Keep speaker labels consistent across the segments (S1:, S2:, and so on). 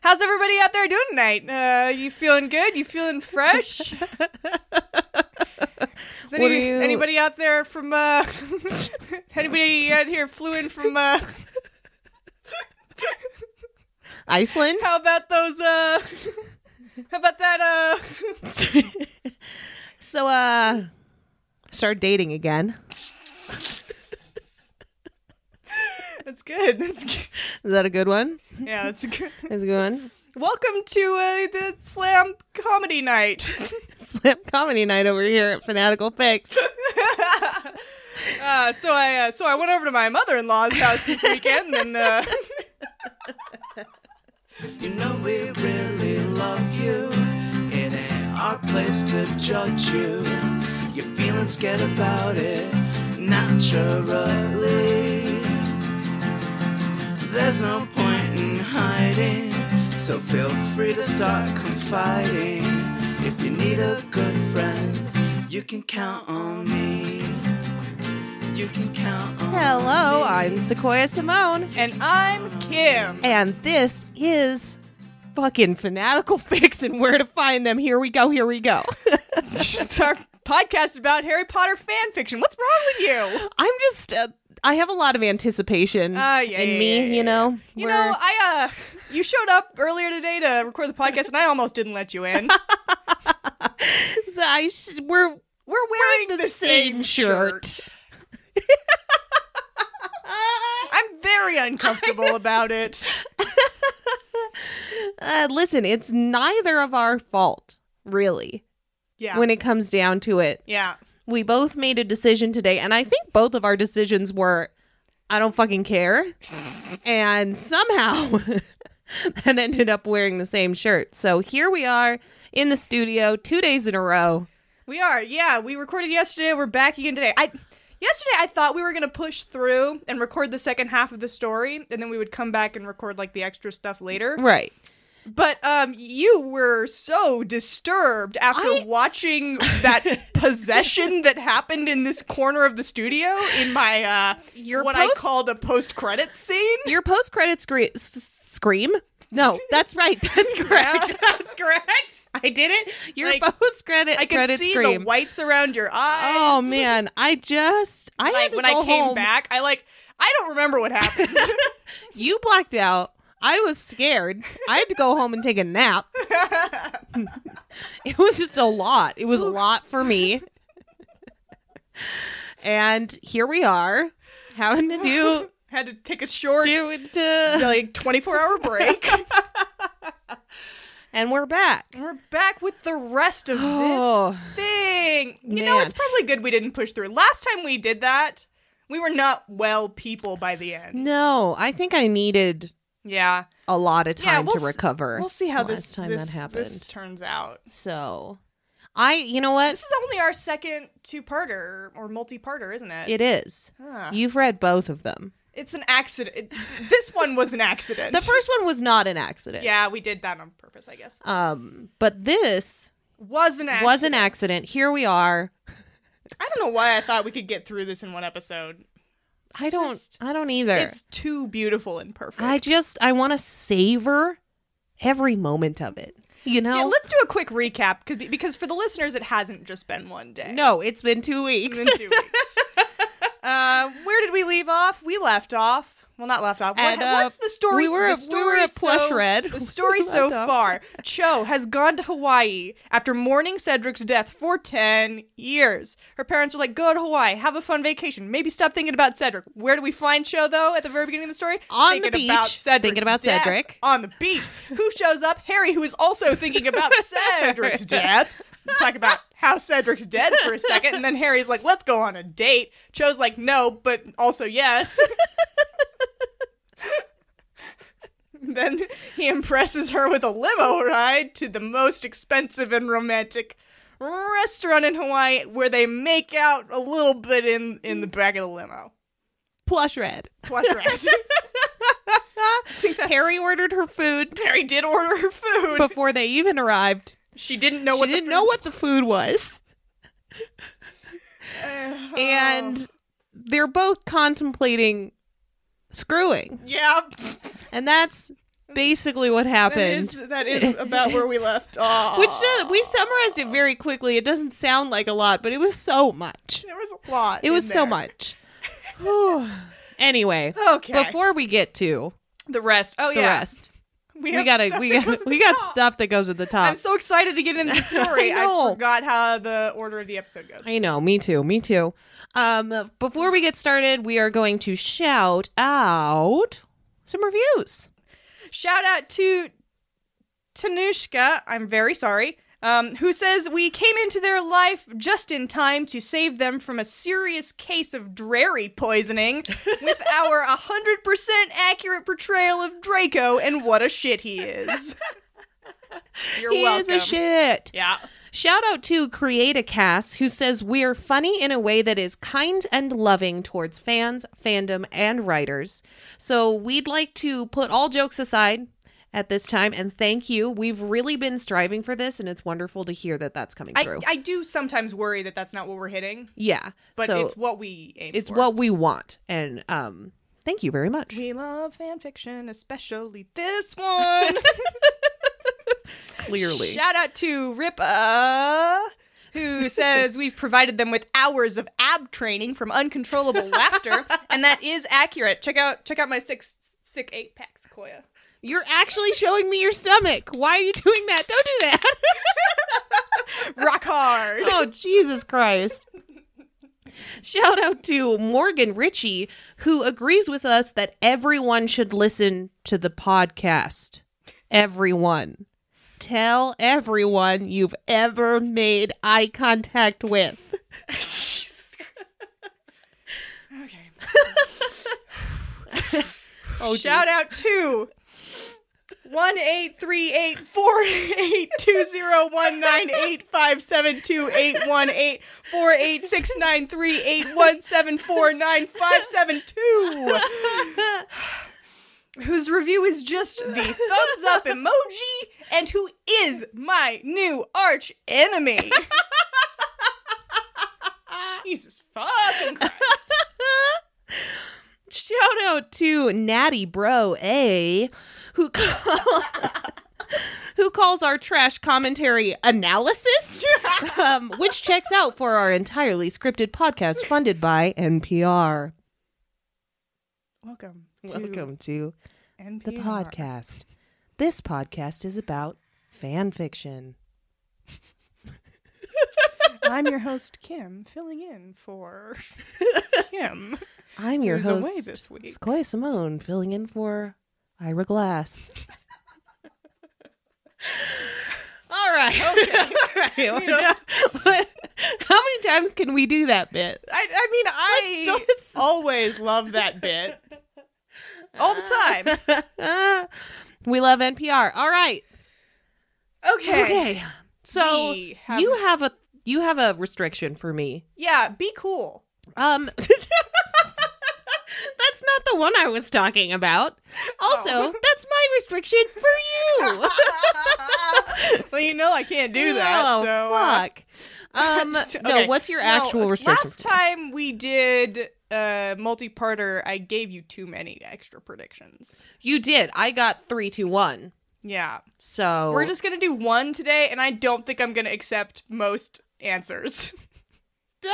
S1: How's everybody out there doing tonight? Uh, you feeling good? You feeling fresh? Is any-
S2: do you-
S1: Anybody out there from uh, anybody out here flew in from? Uh,
S2: Iceland?
S1: how about those? Uh, how about that? Uh,
S2: so uh start dating again.
S1: that's good. That's good.
S2: Is that a good one?
S1: Yeah, that's good.
S2: Is a good one.
S1: Welcome to uh, the slam comedy night.
S2: Slam comedy night over here at Fanatical Fix.
S1: Uh, so I uh, so I went over to my mother in law's house this weekend, and uh,
S3: You know we really love you. It ain't our place to judge you. You're feeling scared about it naturally. There's no point in hiding, so feel free to start confiding. If you need a good friend, you can count on me. You can count on
S2: Hello, I'm Sequoia Simone.
S1: and I'm Kim.
S2: And this is fucking Fanatical Fix and where to find them. Here we go, here we go.
S1: it's our podcast about Harry Potter fan fiction. What's wrong with you?
S2: I'm just uh, I have a lot of anticipation
S1: Ah, yeah,
S2: in
S1: yeah,
S2: me,
S1: yeah, yeah,
S2: you know.
S1: You
S2: We're-
S1: know, I uh, you showed up earlier today to record the podcast, and I almost didn't let you in.
S2: so I sh- we're
S1: We're wearing
S2: the,
S1: the,
S2: same, shirt.
S1: I'm very uncomfortable about it.
S2: Uh, listen, it's neither of our fault, really,
S1: Yeah.
S2: when it comes down to it.
S1: yeah.
S2: We both made a decision today, and I think both of our decisions were I don't fucking care. and somehow that ended up wearing the same shirt. So here we are in the studio two days in a row.
S1: We are. Yeah, we recorded yesterday. We're back again today. I yesterday I thought we were gonna push through and record the second half of the story, and then we would come back and record like the extra stuff later.
S2: Right.
S1: But um, you were so disturbed after
S2: I-
S1: watching that possession that happened in this corner of the studio in my uh,
S2: Your
S1: what
S2: post-
S1: I called a post credit scene.
S2: Your post credit scre- s- scream? No, that's right. That's correct.
S1: That's correct. I did it.
S2: Your
S1: Like,
S2: post credit
S1: I could
S2: credit
S1: see
S2: scream.
S1: the whites around your eyes.
S2: Oh man, I just I had
S1: Like
S2: to
S1: when
S2: go
S1: I came
S2: home.
S1: back, I like I don't remember what happened.
S2: You blacked out. I was scared. I had to go home and take a nap. it was just a lot. It was a lot for me. and here we are, having to do
S1: Had to take a short
S2: do it, uh,
S1: like 24 hour break.
S2: and we're back.
S1: We're back with the rest of this
S2: Oh.
S1: thing. You know,
S2: Man.
S1: it's probably good we didn't push through. Last time we did that, we were not well people by the end.
S2: No, I think I needed
S1: Yeah.
S2: a lot of
S1: Yeah,
S2: time
S1: we'll
S2: to
S1: s-
S2: recover.
S1: We'll see how
S2: last
S1: this
S2: time
S1: this,
S2: that happened.
S1: this turns out.
S2: so, I you know what
S1: This is only our second two-parter or multi-parter, isn't it?
S2: it is.
S1: Huh.
S2: You've read both of them.
S1: It's an accident. It- this one was an accident.
S2: The first one was not an accident.
S1: Yeah, we did that on purpose, I guess.
S2: Um, but this
S1: Was an accident.
S2: was an accident. Here we are.
S1: I don't know why I thought we could get through this in one episode.
S2: I don't.
S1: Just-
S2: I don't either.
S1: It's too beautiful and perfect.
S2: I just. I want to savor every moment of it. You know.
S1: Yeah, let's do a quick recap 'cause- because for the listeners, it hasn't just been one day.
S2: no, it's been two
S1: It's
S2: weeks.
S1: been two weeks. uh, where did we leeve off? We left off. Well, not left off. What-
S2: At, uh,
S1: what's the story?
S2: we were
S1: the
S2: at- we
S1: story
S2: were at Plush
S1: so-
S2: Red.
S1: The story
S2: We
S1: so
S2: left off.
S1: far. Cho has gone to Hawaii after mourning Cedric's death for 10 years. Her parents are like, go to Hawaii, have a fun vacation, maybe stop thinking about Cedric. Where do we find Cho, though, at the very beginning of the story?
S2: On the
S1: thinking
S2: beach,
S1: About
S2: thinking
S1: Cedric's
S2: about
S1: death
S2: Cedric.
S1: On the beach. Who shows up? Harry, who is also thinking about Cedric's death. Talk about how Cedric's dead for a second, and then Harry's like, let's go on a date. Cho's like, no, but also yes. Then he impresses her with a limo ride to the most expensive and romantic restaurant in Hawaii where they make out a little bit in in the back of the limo.
S2: Plush red.
S1: Plus red.
S2: Harry ordered her food
S1: Mary did order her food.
S2: before they even arrived.
S1: she didn't know
S2: she
S1: what
S2: didn't
S1: the
S2: know what the food was,
S1: know
S2: and they're both contemplating screwing,
S1: yeah.
S2: and that's basically what
S1: That is,
S2: happened.
S1: that is about where we left off.
S2: Which does, we summarized it very quickly. It doesn't sound like a lot, but it was so much.
S1: there was a lot.
S2: It
S1: in
S2: was so
S1: there.
S2: much. anyway,
S1: Okay.
S2: before we get to
S1: the rest. Oh
S2: the
S1: yeah.
S2: rest,
S1: We,
S2: we
S1: have
S2: gotta
S1: stuff
S2: we
S1: that
S2: got
S1: goes at
S2: we
S1: the
S2: got
S1: top.
S2: stuff that goes at the top.
S1: I'm so excited to get into the story.
S2: I
S1: I,
S2: know.
S1: forgot how the order of the episode goes.
S2: I know, me too, me too. Um, before we get started, we are going to shout out some reviews.
S1: Shout out to Tanushka. I'm very sorry. Um, who says we came into their life just in time to save them from a serious case of drary poisoning with our 100% accurate portrayal of Draco and what a shit he is. You're
S2: he
S1: welcome.
S2: is a shit.
S1: Yeah.
S2: Shout out to Creatacast, who says we're funny in a way that is kind and loving towards fans, fandom, and writers. So we'd like to put all jokes aside at this time and thank you. We've really been striving for this, and it's wonderful to hear that that's coming
S1: I,
S2: through.
S1: I do sometimes worry that that's not what we're hitting,
S2: yeah,
S1: but
S2: so
S1: it's what we aim
S2: it's
S1: for.
S2: what we want, and um, thank you very much.
S1: We love fan fiction, especially this one.
S2: Clearly,
S1: Shout out to Ripa, who says we've provided them with hours of ab training from uncontrollable laughter, and that is accurate. Check out check out my six sick eight pack sequoia.
S2: you're actually showing me your stomach. Why are you doing that? Don't do that.
S1: Rock hard.
S2: oh Jesus Christ. Shout out to Morgan Ritchie, who agrees with us that everyone should listen to the podcast. Everyone. Tell everyone you've ever made eye contact with.
S1: Okay.
S2: Oh,
S1: Shout out to one eight three eight four eight two zero one nine eight five seven two eight one eight four eight six nine three eight one seven four nine five seven two. Whose review is just the thumbs up emoji and who is my new arch enemy. Jesus fucking Christ.
S2: Shout out to Natty Bro A, who call, who calls our trash commentary analysis, um, which checks out for our entirely scripted podcast funded by NPR.
S1: Welcome. to
S2: Welcome to the
S1: NPR.
S2: podcast. This podcast is about fan fiction.
S1: I'm your host Kim, filling in for Kim.
S2: I'm your
S1: Who's away
S2: host,
S1: this week.
S2: Sequoia Simone, filling in for Ira Glass. All right. Okay.
S1: You know-
S2: How many times can we do that bit?
S1: I, I mean, I
S2: Let's- let's-
S1: always love that bit all the time.
S2: we love NPR. All right.
S1: Okay.
S2: Okay. So
S1: We have-
S2: you have a you have a restriction for me.
S1: Yeah, be cool.
S2: Um That's not the one I was talking about. Also,
S1: Oh.
S2: that's my restriction for you.
S1: well, you know I can't do that.
S2: Oh,
S1: so uh,
S2: fuck. um no,
S1: okay.
S2: what's your
S1: No,
S2: actual restriction?
S1: Last time we did uh multi-parter, I gave you too many extra predictions.
S2: you did. I got 3 to 1.
S1: Yeah.
S2: So
S1: We're just going to do one today and I don't think I'm going to accept most answers.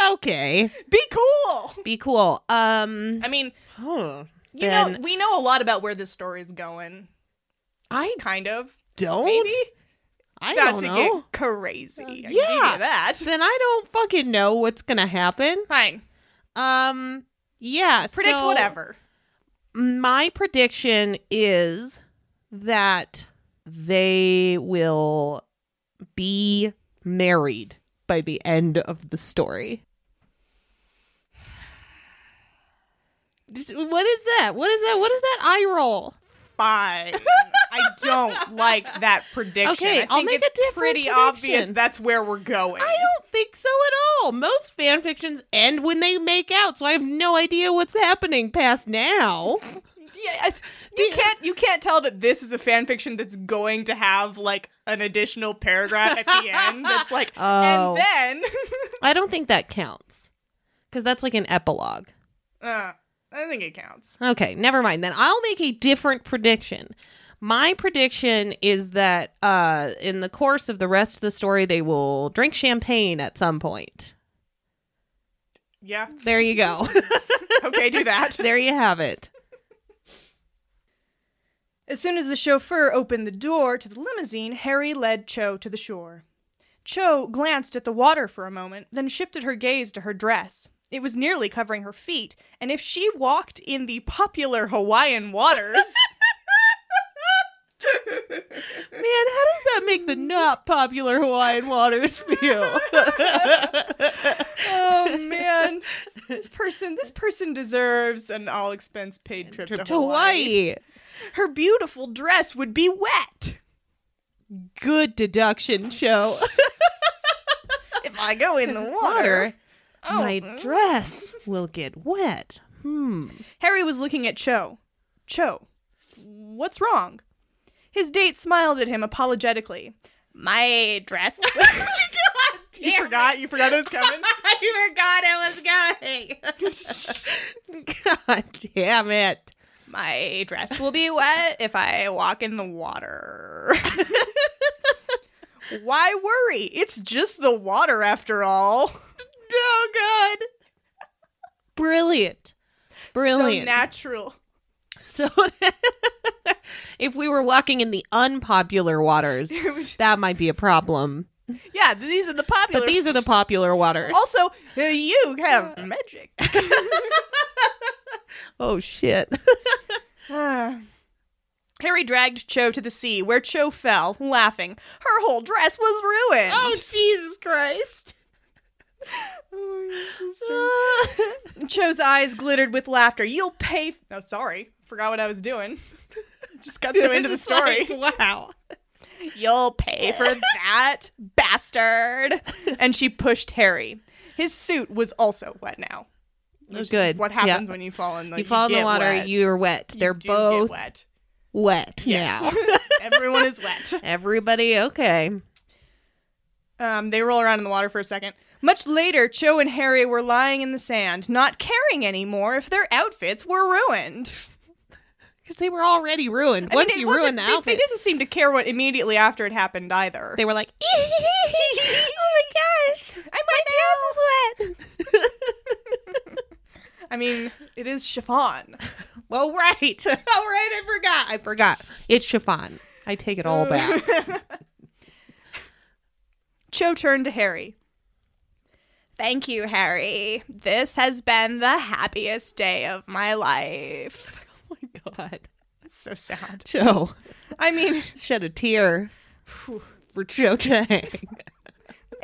S2: okay.
S1: be cool.
S2: Be cool. Um
S1: I mean,
S2: huh.
S1: you know,
S2: Then-
S1: we know a lot about where this story is going,
S2: I
S1: kind of.
S2: don't
S1: Maybe
S2: I
S1: about
S2: don't
S1: to
S2: know.
S1: get crazy. I can give
S2: yeah.
S1: you that.
S2: Then I don't fucking know what's going to happen.
S1: Fine.
S2: Um yeah,
S1: Predict
S2: so-
S1: whatever.
S2: my prediction is that they will be married by the end of the story. This- What is that? What is that? What is that eye roll?
S1: Fine. I don't like that prediction.
S2: Okay,
S1: I
S2: I'll
S1: think
S2: make
S1: it's
S2: a different
S1: pretty obvious
S2: prediction.
S1: that's where we're going.
S2: I don't think so at all. Most fan fictions end when they make out, so I have no idea what's happening past now.
S1: Yeah, I- you can't you can't tell that this is a fan fiction that's going to have like an additional paragraph at the end that's like and
S2: Oh.
S1: then
S2: I don't think that counts because that's like an epilogue.
S1: uh, I think it counts.
S2: Okay, never mind then. I'll make a different prediction. My prediction is that uh, in the course of the rest of the story, they will drink champagne at some point.
S1: Yeah.
S2: There you go.
S1: Okay, do that.
S2: there you have it.
S1: As soon as the chauffeur opened the door to the limousine, Harry led Cho to the shore. Cho glanced at the water for a moment, then shifted her gaze to her dress. It was nearly covering her feet, and if she walked in the popular Hawaiian waters,
S2: Man, how does that make the not popular Hawaiian waters feel?
S1: oh man, this person, this person deserves an all-expense paid trip,
S2: Trip
S1: to Hawaii. Her beautiful dress would be wet.
S2: Good deduction, show.
S1: If I go in the water,
S2: Water.
S1: Oh.
S2: My dress will get wet. Hmm.
S1: Harry was looking at Cho. Cho, what's wrong? His date smiled at him apologetically. My dress. you forgot. You forgot it was coming.
S2: I forgot it was going. God damn it.
S1: My dress will be wet if I walk in the water. Why worry? It's just the water after all.
S2: Oh, God. Brilliant.
S1: So
S2: Brilliant.
S1: natural.
S2: So, if we were walking in the unpopular waters, that might be a problem.
S1: yeah, these are the popular.
S2: But these are the popular waters.
S1: also, uh, you have magic.
S2: oh shit.
S1: Ah. Harry dragged Cho to the sea, where Cho fell, laughing. Her whole dress was ruined.
S2: Oh, Jesus Christ. Oh,
S1: Cho's eyes glittered with laughter. You'll pay. F- oh, sorry. Forgot what I was doing. Just got so into the
S2: It's like,
S1: story.
S2: wow.
S1: You'll pay for that, bastard. And she pushed Harry. His suit was also wet now. Which is
S2: Oh, Good.
S1: What
S2: Yeah.
S1: happens when you fall in the
S2: You, fall in the
S1: get
S2: water,
S1: wet.
S2: you're wet.
S1: You
S2: They're
S1: do get
S2: both wet,
S1: wet. Yes.
S2: now.
S1: Everyone is wet.
S2: Everybody okay.
S1: Um, they roll around in the water for a second. Much later, Cho and Harry were lying in the sand, not caring anymore if their outfits were ruined.
S2: Because they were already
S1: I
S2: ruined.
S1: mean,
S2: Once
S1: it
S2: you
S1: wasn't-
S2: ruin the
S1: they,
S2: outfit,
S1: they didn't seem to care what immediately after it happened either.
S2: they were like, oh my gosh,
S1: I might
S2: my dress is wet.
S1: do. I mean, it is chiffon.
S2: well, right. All right, I forgot. I forgot. It's chiffon. I take it all back.
S1: Cho turned to Harry. Thank you, Harry. This has been the happiest day of my life.
S2: oh my god.
S1: It's so sad.
S2: Joe
S1: I mean,
S2: shed a tear for Joe Chang.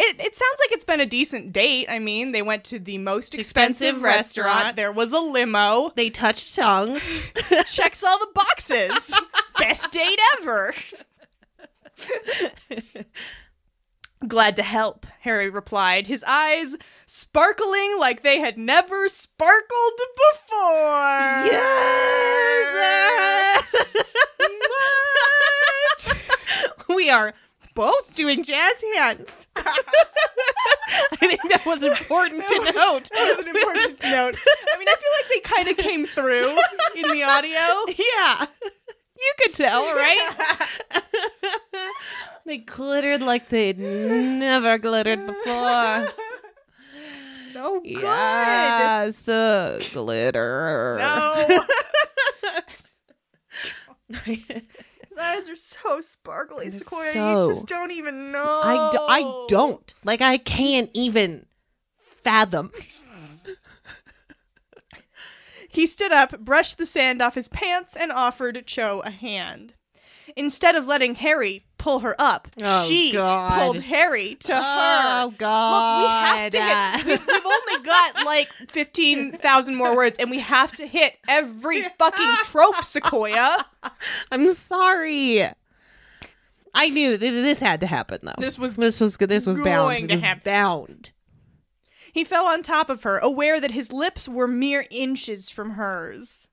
S1: It, it sounds like it's been a decent date. I mean, they went to the most expensive,
S2: Expensive
S1: restaurant.
S2: restaurant.
S1: There was a limo.
S2: They touched tongues.
S1: Checks all the boxes. Best date ever. Glad to help, Harry replied, his eyes sparkling like they had never sparkled before.
S2: Yes!
S1: What?
S2: we are both doing jazz hands. I think that was important to note.
S1: That was an important note. I mean, I feel like they kind of came through in the audio.
S2: Yeah. You could tell, right? they glittered like they'd never glittered before.
S1: So good.
S2: Yeah, so glitter.
S1: No. His eyes are so sparkly,
S2: They're
S1: Sequoia.
S2: so-
S1: You just don't even know.
S2: I, d-
S1: Oh.
S2: I don't. Like, I can't even fathom.
S1: He stood up, brushed the sand off his pants, and offered Cho a hand. Instead of letting Harry pull her up,
S2: Oh,
S1: she
S2: God.
S1: pulled Harry to her.
S2: Oh, God.
S1: Look, we have to hit. We've, we've only got like 15,000 more words, and we have to hit every fucking trope, Sequoia.
S2: I'm sorry. I knew th- this had to happen, though.
S1: This was
S2: this was good. This was bound.
S1: going
S2: It
S1: to
S2: was
S1: happen.
S2: bound.
S1: He fell on top of her, aware that his lips were mere inches from hers.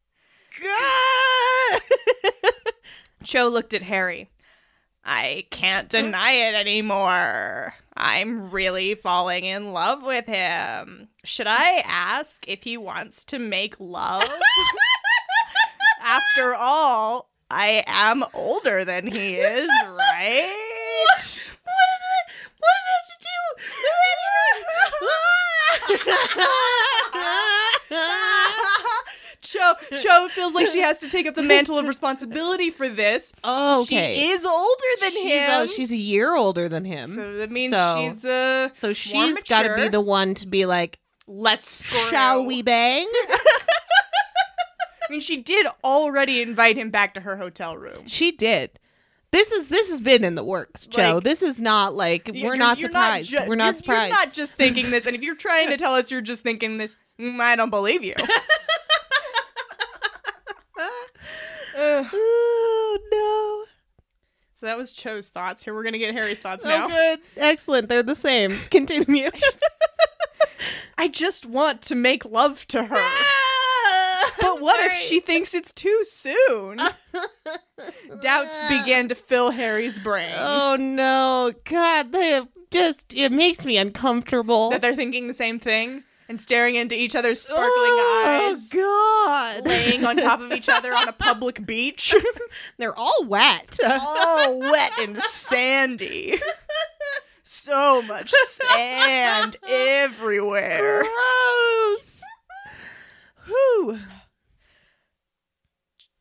S1: God! Cho looked at Harry. I can't deny it anymore. I'm really falling in love with him. Should I ask if he wants to make love? After all, I am older than he is, right?
S2: What is it? What does it have to do with anything?
S1: Cho Cho feels like she has to take up the mantle of responsibility for this.
S2: oh, okay.
S1: She is older than
S2: she's,
S1: him.
S2: uh, she's a year older than him.
S1: so that means
S2: so-
S1: she's uh
S2: so
S1: more
S2: she's got to be
S1: mature.
S2: the one to be like,
S1: let's screw.
S2: shall we bang?
S1: I mean, she did already invite him back to her hotel room.
S2: she did. This is this has been in the works, Joe.
S1: Like-
S2: this is not like
S1: Y-
S2: we're
S1: you're-
S2: not
S1: you're
S2: surprised.
S1: ju-
S2: we're not
S1: you're-
S2: surprised.
S1: You're not just thinking this, and if you're trying to tell us you're just thinking this, mm, I don't believe you. Ugh.
S2: oh
S1: so that was Cho's thoughts. Here we're gonna get Harry's thoughts
S2: no!
S1: now.
S2: So good, excellent. They're the same. Continue.
S1: I just want to make love to her. But what if she thinks it's too soon? Doubts began to fill Harry's brain.
S2: Oh no, God! They just it makes me uncomfortable.
S1: That they're thinking the same thing and staring into each other's sparkling
S2: oh,
S1: eyes,
S2: God!
S1: laying on top of each other on a public beach.
S2: They're all wet.
S1: all wet and sandy. So much sand everywhere.
S2: Gross. Who?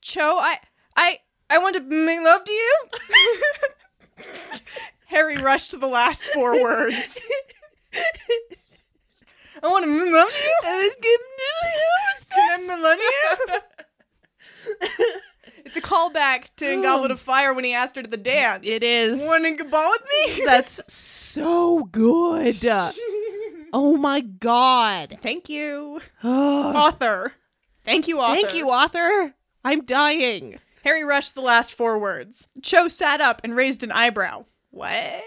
S1: Cho, I, I, I want to make love to you. Harry rushed to the last four words. I want to make love to you. Can I make love to you? It's a callback to In Goblet of Fire when he asked her to the dance.
S2: It is.
S1: Want to ball with me?
S2: That's so good. Oh my God.
S1: Thank you,
S2: Oh,
S1: author. Thank you, author.
S2: thank you, author. I'm dying.
S1: Harry rushed the last four words. Cho sat up and raised an eyebrow. What?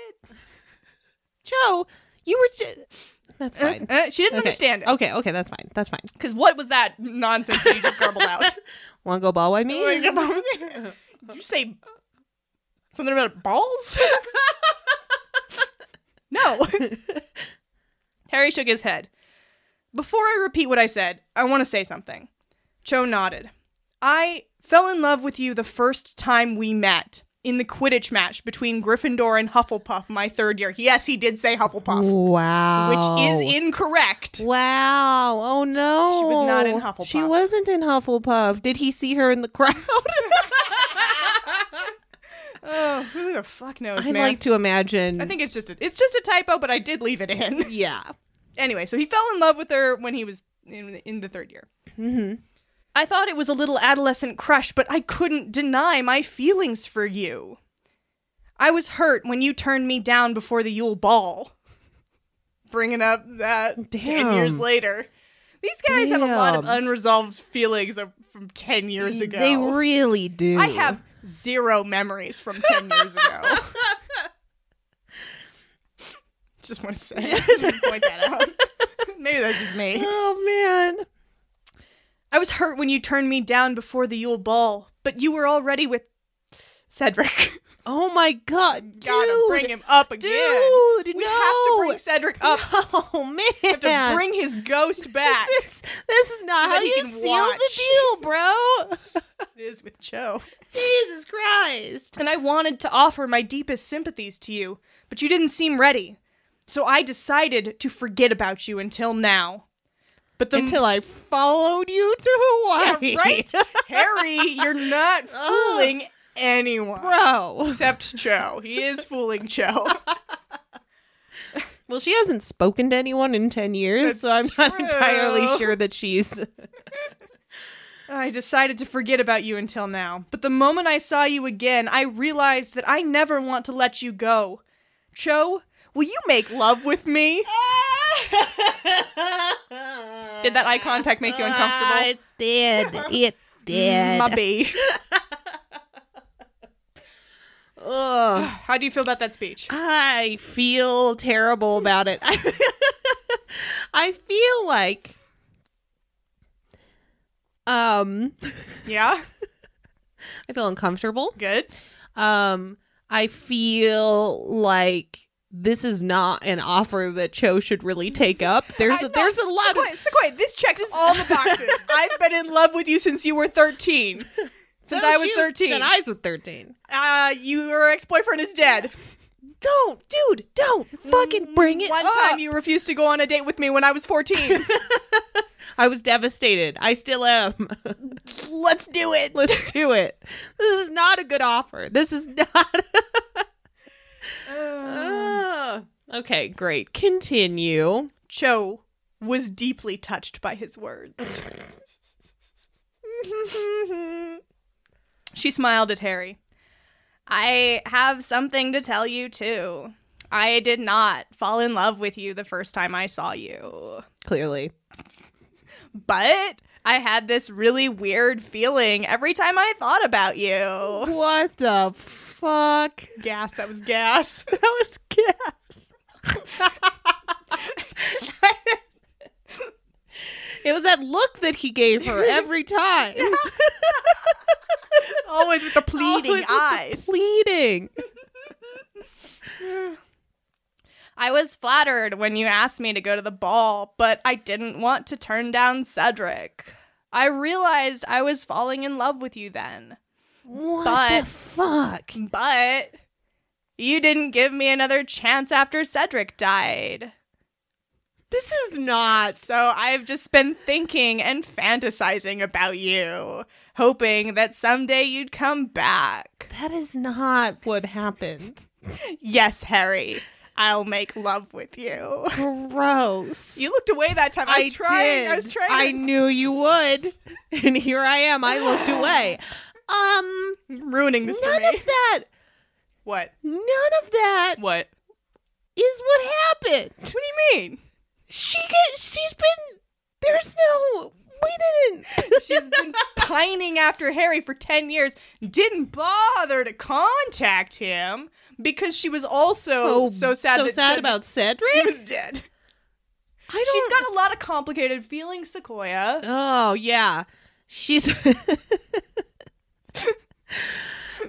S2: Joe, you were just. That's fine.
S1: Uh, uh, she didn't
S2: Okay.
S1: understand it.
S2: Okay, okay, that's fine. That's fine.
S1: Because what was that nonsense that you just garbled out?
S2: Wanna go ball with
S1: Oh
S2: me?
S1: Did you say something about balls? no. Harry shook his head. Before I repeat what I said, I want to say something. Cho nodded. I fell in love with you the first time we met in the Quidditch match between Gryffindor and Hufflepuff my third year. Yes, he did say Hufflepuff,
S2: Wow.
S1: which is incorrect.
S2: Wow. Oh no.
S1: She was not in Hufflepuff.
S2: She wasn't in Hufflepuff. Did he see her in the crowd?
S1: Oh, who the fuck knows,
S2: I'd
S1: man?
S2: like to imagine.
S1: I think it's just a, it's just a typo, but I did leave it in.
S2: Yeah.
S1: anyway, so he fell in love with her when he was in, in the third year.
S2: hmm
S1: Mm-hmm. I thought it was a little adolescent crush, but I couldn't deny my feelings for you. I was hurt when you turned me down before the Yule Ball. Bringing up that 10 years
S2: Damn.
S1: later. These guys have a lot of
S2: Damn.
S1: unresolved feelings of, from 10 years ago.
S2: They really do.
S1: I have zero memories from 10 years ago. just want to say, point that out. Maybe that's just me.
S2: Oh man.
S1: I was hurt when you turned me down before the Yule Ball, but you were already with Cedric.
S2: Oh my god.
S1: Gotta
S2: dude.
S1: bring him up again.
S2: Dude,
S1: we
S2: no.
S1: have to bring Cedric up.
S2: Oh man.
S1: We have to bring his ghost back.
S2: This is, this is not
S1: So
S2: how
S1: that he
S2: you
S1: can
S2: seal
S1: watch.
S2: the deal, bro.
S1: it is with Cho.
S2: Jesus Christ.
S1: And I wanted to offer my deepest sympathies to you, but you didn't seem ready. So I decided to forget about you until now. But the
S2: Until I followed you to Hawaii.
S1: Yeah, right? Harry, you're not fooling anyone.
S2: bro.
S1: Except Cho. He is fooling Cho.
S2: Well, she hasn't spoken to anyone in 10
S1: That's
S2: years, so I'm not
S1: true.
S2: entirely sure that she's.
S1: I decided to forget about you until now, but the moment I saw you again, I realized that I never want to let you go. Cho, will you make love with me? Did
S2: did
S1: that eye contact make you uncomfortable?
S2: It did. It did.
S1: My bee.
S2: Ugh.
S1: How do you feel about that speech?
S2: I feel terrible about it. I feel like um
S1: Yeah?
S2: I feel uncomfortable.
S1: Good?
S2: Um I feel like this is not an offer that Cho should really take up. There's
S1: I
S2: a,
S1: know.
S2: there's a lot of
S1: Sequoia, Sequoia, this checks all the boxes. I've been in love with you since you were 13. since
S2: So
S1: I was
S2: she
S1: 13.
S2: Since I was 13.
S1: uh, your ex boyfriend is dead.
S2: Don't, dude, don't fucking bring it
S1: One
S2: up.
S1: time you refused to go on a date with me when I was 14.
S2: I was devastated. I still am.
S1: Let's do it.
S2: Let's do it. This is not a good offer. This is not. Ah. okay, great. Continue.
S1: Cho was deeply touched by his words. she smiled at Harry. I have something to tell you, too. I did not fall in love with you the first time I saw you.
S2: Clearly.
S1: But I had this really weird feeling every time I thought about you.
S2: What the fuck?
S1: Gas, that was gas.
S2: That was gas. it was that look that he gave her every time.
S1: Always with the pleading
S2: Always with the
S1: eyes.
S2: Pleading.
S1: I was flattered when you asked me to go to the ball, but I didn't want to turn down Cedric. I realized I was falling in love with you then,
S2: What
S1: But-
S2: the fuck?
S1: but you didn't give me another chance after Cedric died.
S2: This is not.
S1: So I've just been thinking and fantasizing about you, hoping that someday you'd come back.
S2: That is not what happened.
S1: Yes, Harry, I'll make love with you.
S2: Gross.
S1: You looked away that time. I was trying. I was
S2: did.
S1: trying.
S2: I knew you would. And here I am. I looked away. Um,
S1: ruining this for
S2: none
S1: me.
S2: of that.
S1: What?
S2: None of that
S1: What?
S2: is what happened.
S1: What do you mean?
S2: She get, she's been there's no we didn't.
S1: She's been pining after Harry for 10 years, didn't bother to contact him because she was also so sad
S2: Oh, so
S1: that
S2: sad
S1: Cedric
S2: about Cedric.
S1: was dead.
S2: I
S1: She's got a lot of complicated feelings, Sequoia.
S2: Oh yeah, she's.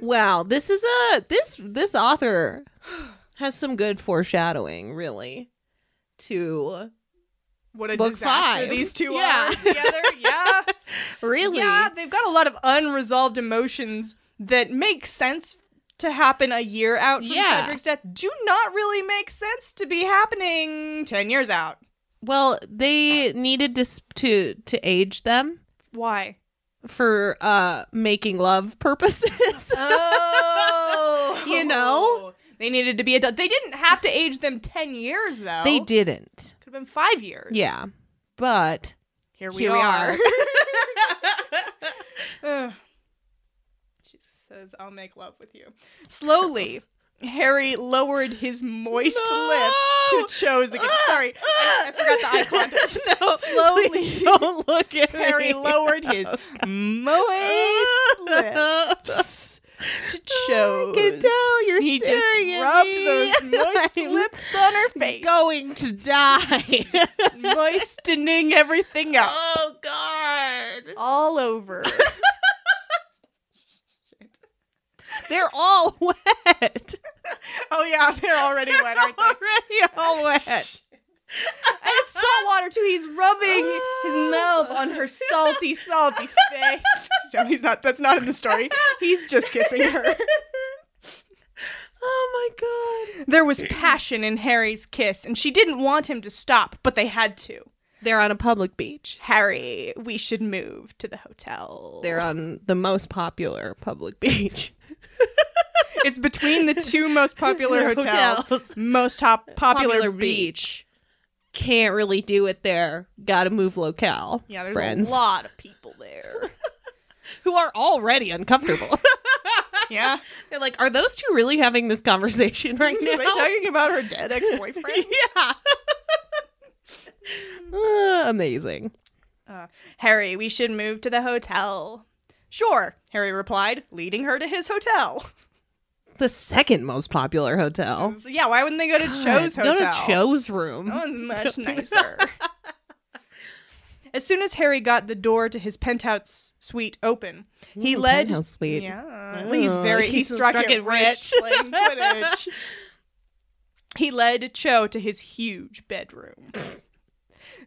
S2: wow, this is a this this author has some good foreshadowing, really. To
S1: What a
S2: Book
S1: disaster
S2: five.
S1: these two
S2: Yeah.
S1: are together. Yeah.
S2: really,
S1: Yeah, they've got a lot of unresolved emotions that make sense to happen a year out from
S2: Yeah.
S1: Cedric's death. Do not really make sense to be happening 10 years out.
S2: well, they needed to s- to to age them
S1: Why?
S2: for uh making love purposes.
S1: Oh,
S2: You know?
S1: they needed to be adult. They didn't have to age them ten years though.
S2: They didn't.
S1: could have been five years.
S2: Yeah, but
S1: here we
S2: Here we
S1: are. Ugh. she says, "I'll make love with you." Slowly, Harry lowered his moist
S2: No! Ah!
S1: lips to Cho's again. Sorry, I, I forgot the eye contact.
S2: no,
S1: Slowly,
S2: don't look at
S1: Harry
S2: me.
S1: lowered his
S2: Ah!
S1: moist lips to Cho's.
S2: I can Oh, tell you're
S1: he just
S2: staring at
S1: rubbed
S2: me.
S1: those moist
S2: I'm
S1: lips on her face,
S2: Going to die.
S1: moistening everything up
S2: oh God!
S1: all over.
S2: They're all wet.
S1: oh yeah, they're already wet, aren't they?
S2: Already all wet.
S1: And it's salt water too. He's rubbing his mouth on her salty, salty face. No, he's not. That's not in the story. He's just kissing her.
S2: Oh my God!
S1: There was passion in Harry's kiss, and she didn't want him to stop, but they had to.
S2: They're on a public beach.
S1: Harry, we should move to the hotel.
S2: They're on the most popular public beach.
S1: It's between the two most popular hotels.
S2: Hotels.
S1: Most top popular, beach.
S2: Can't really do it there. Got to move locale.
S1: Yeah, there's
S2: friends
S1: a lot of people there.
S2: who are already uncomfortable.
S1: yeah,
S2: They're like, are those two really having this conversation right
S1: are they
S2: now?
S1: talking about her dead ex-boyfriend?
S2: yeah. Uh, amazing.
S1: Uh, Harry, we should move to the hotel. Sure, Harry replied, leading her to his hotel.
S2: The second most popular hotel.
S1: So, yeah, why wouldn't they go to Cho's
S2: God,
S1: hotel? Oh,
S2: Go to Cho's room.
S1: That one's much nicer. as soon as Harry got the door to his penthouse suite open, he
S2: Ooh,
S1: led.
S2: penthouse suite.
S1: Yeah, well, he's
S2: Oh,
S1: very. He
S2: he's
S1: struck,
S2: struck
S1: it
S2: it
S1: rich.
S2: rich.
S1: playing Quidditch. he led Cho to his huge bedroom.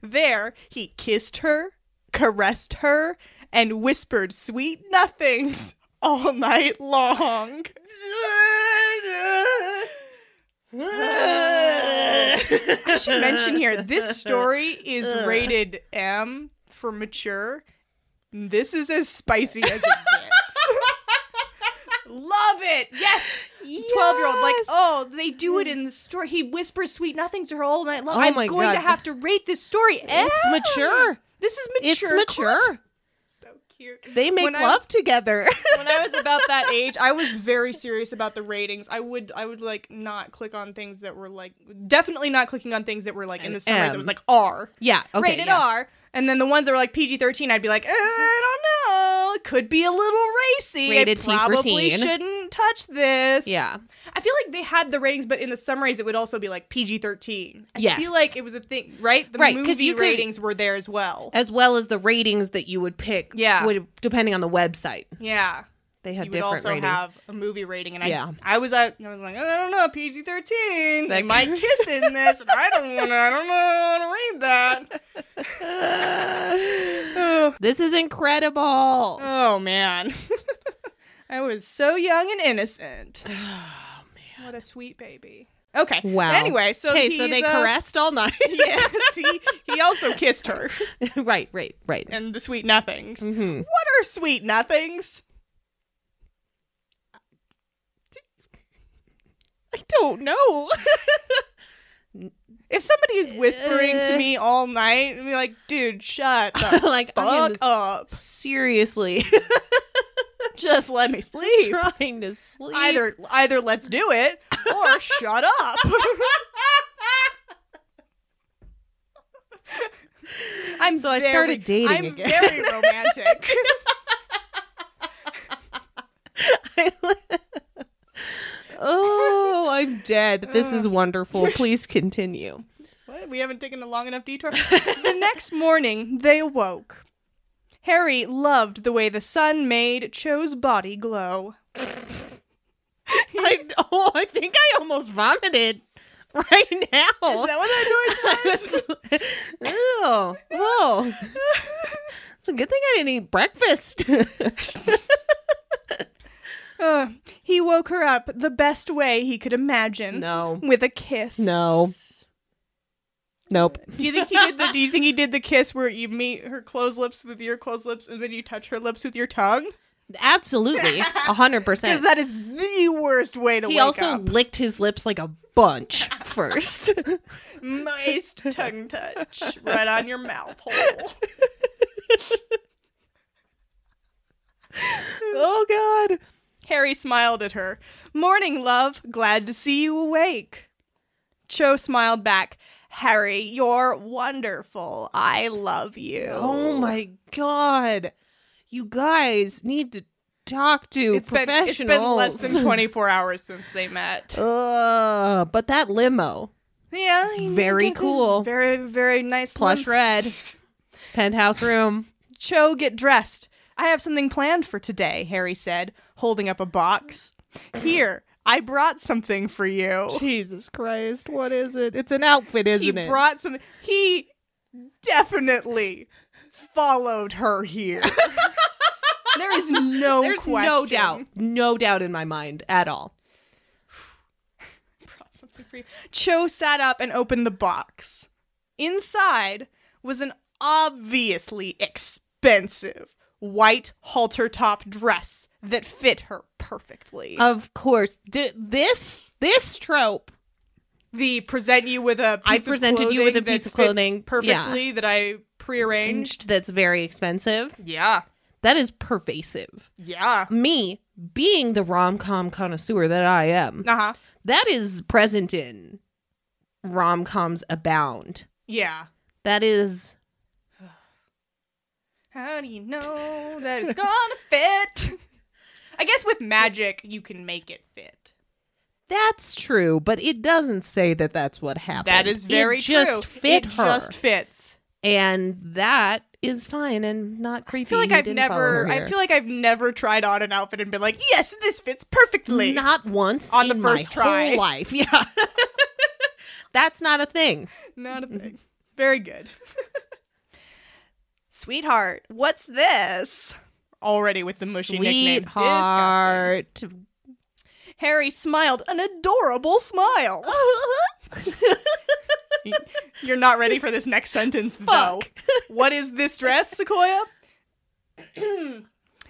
S1: there, he kissed her, caressed her, and whispered sweet nothings all night long. I should mention here this story is rated M for mature. This is as spicy as it gets. Love it. Yes. 12 year old, like,
S2: Yes!
S1: oh, they do it in the story. He whispers sweet nothings to her all night long.
S2: Oh
S1: I'm
S2: my
S1: going
S2: God.
S1: to have to rate this story.
S2: It's
S1: M.
S2: mature.
S1: This is
S2: It's
S1: mature.
S2: mature.
S1: content. So cute.
S2: They make
S1: When I
S2: love
S1: was-
S2: together.
S1: when I was about that age, I was very serious about the ratings. I would I would like not click on things that were like definitely not clicking on things that were like in the summaries.
S2: M.
S1: It was like R
S2: yeah. Okay.
S1: rated
S2: yeah.
S1: R, and then the ones that were like PG thirteen, I'd be like, "Uh, I don't know, it could be a little racy.
S2: Rated
S1: I
S2: T for
S1: probably
S2: teen."
S1: shouldn't touch this.
S2: Yeah.
S1: I feel like they had the ratings, but in the summaries, it would also be like PG thirteen. I
S2: Yes.
S1: feel like it was a thing, right? The
S2: Right, 'cause
S1: movie
S2: you could- Uh,
S1: ratings were there as well.
S2: As well as the ratings that you would pick.
S1: Yeah.
S2: Would, depending on the website,
S1: yeah.
S2: they had
S1: you would
S2: different
S1: also
S2: ratings.
S1: have a movie rating, and I,
S2: Yeah.
S1: I was out, I was like, I don't know, PG thirteen. They
S2: That
S1: might
S2: could-
S1: kiss in this, and I don't want to. I don't know, I want to read that. Oh,
S2: this is incredible.
S1: oh, man, I was so young and innocent.
S2: Oh, man.
S1: What a sweet baby. Okay.
S2: Wow.
S1: Anyway, so
S2: okay, so
S1: he's,
S2: they
S1: uh,
S2: caressed all night.
S1: Yes, he, he also kissed her
S2: right, right, right.
S1: and the sweet nothings.
S2: hmm
S1: What are sweet nothings?
S2: I don't know.
S1: If somebody is whispering
S2: Uh.
S1: to me all night and be like, dude, shut the
S2: like, I am
S1: fuck up.
S2: seriously
S1: Just let me sleep.
S2: trying to sleep.
S1: Either either let's do it or shut up. I'm
S2: So I
S1: very-
S2: started dating
S1: I'm
S2: again.
S1: very romantic.
S2: oh, I'm dead. This is wonderful. Please continue.
S1: What? We haven't taken a long enough detour. the next morning, they awoke. Harry loved the way the sun made Cho's body glow.
S2: I, oh, I think I almost vomited right now.
S1: Is that what that noise was?
S2: Ew. Whoa. It's a good thing I didn't eat breakfast.
S1: Uh, he woke her up the best way he could imagine.
S2: no.
S1: With a kiss.
S2: No. Nope.
S1: Do you think he did the do you think he did the kiss where you meet her closed lips with your closed lips and then you touch her lips with your tongue?
S2: Absolutely. a
S1: Because
S2: 100%.
S1: that is the worst way to
S2: He
S1: wake
S2: also
S1: up.
S2: licked his lips like a bunch first.
S1: Moist tongue touch right on your mouth hole.
S2: oh, God.
S1: Harry smiled at her. Morning, love. Glad to see you awake. Cho smiled back. Harry, you're wonderful. I love you.
S2: Oh my god. You guys need to talk to
S1: It's been,
S2: professionals.
S1: it's been less than 24 hours since they met.
S2: Ugh, but that limo,
S1: Yeah. he
S2: Very
S1: did this
S2: cool.
S1: Very, very nice.
S2: plush
S1: lim-
S2: red, penthouse room.
S1: Cho, get dressed. I have something planned for today, Harry said, holding up a box. Here, I brought something for you.
S2: Jesus Christ, what is it? It's an outfit, isn't
S1: he
S2: it?
S1: brought something. He definitely followed her here. there is no
S2: There's
S1: question.
S2: no doubt, no doubt in my mind at all.
S1: brought something for you. Cho sat up and opened the box. Inside was an obviously expensive white halter top dress that fit her perfectly.
S2: Of course, d- this this trope.
S1: the present you with a
S2: I
S1: piece of
S2: presented you with a
S1: clothing that
S2: piece of
S1: fits
S2: clothing,
S1: perfectly that I prearranged.
S2: That's very expensive.
S1: Yeah.
S2: That is pervasive.
S1: Yeah.
S2: Me being the rom com connoisseur that I am,
S1: Uh huh.
S2: that is present in rom coms abound.
S1: Yeah.
S2: That is
S1: How do you know that it's gonna fit? I guess with magic you can make it fit.
S2: that's true, but it doesn't say that that's what happened.
S1: That is very
S2: it just
S1: true.
S2: fit
S1: it
S2: her,
S1: just fits.
S2: and that is fine and not creepy.
S1: I feel like
S2: You
S1: I've
S2: didn't follow her
S1: never I
S2: here.
S1: feel like I've never tried on an outfit and been like, "Yes, this fits perfectly."
S2: not once
S1: On the
S2: in
S1: first
S2: my
S1: try.
S2: whole life. Yeah, that's not a thing.
S1: Not a thing. Very good. Sweetheart, what's this? already with the mushy nickname. Disgusting.
S2: Sweetheart.
S1: Harry smiled an adorable smile. You're not ready for this next sentence, though.
S2: Fuck.
S1: What is this dress, Sequoia?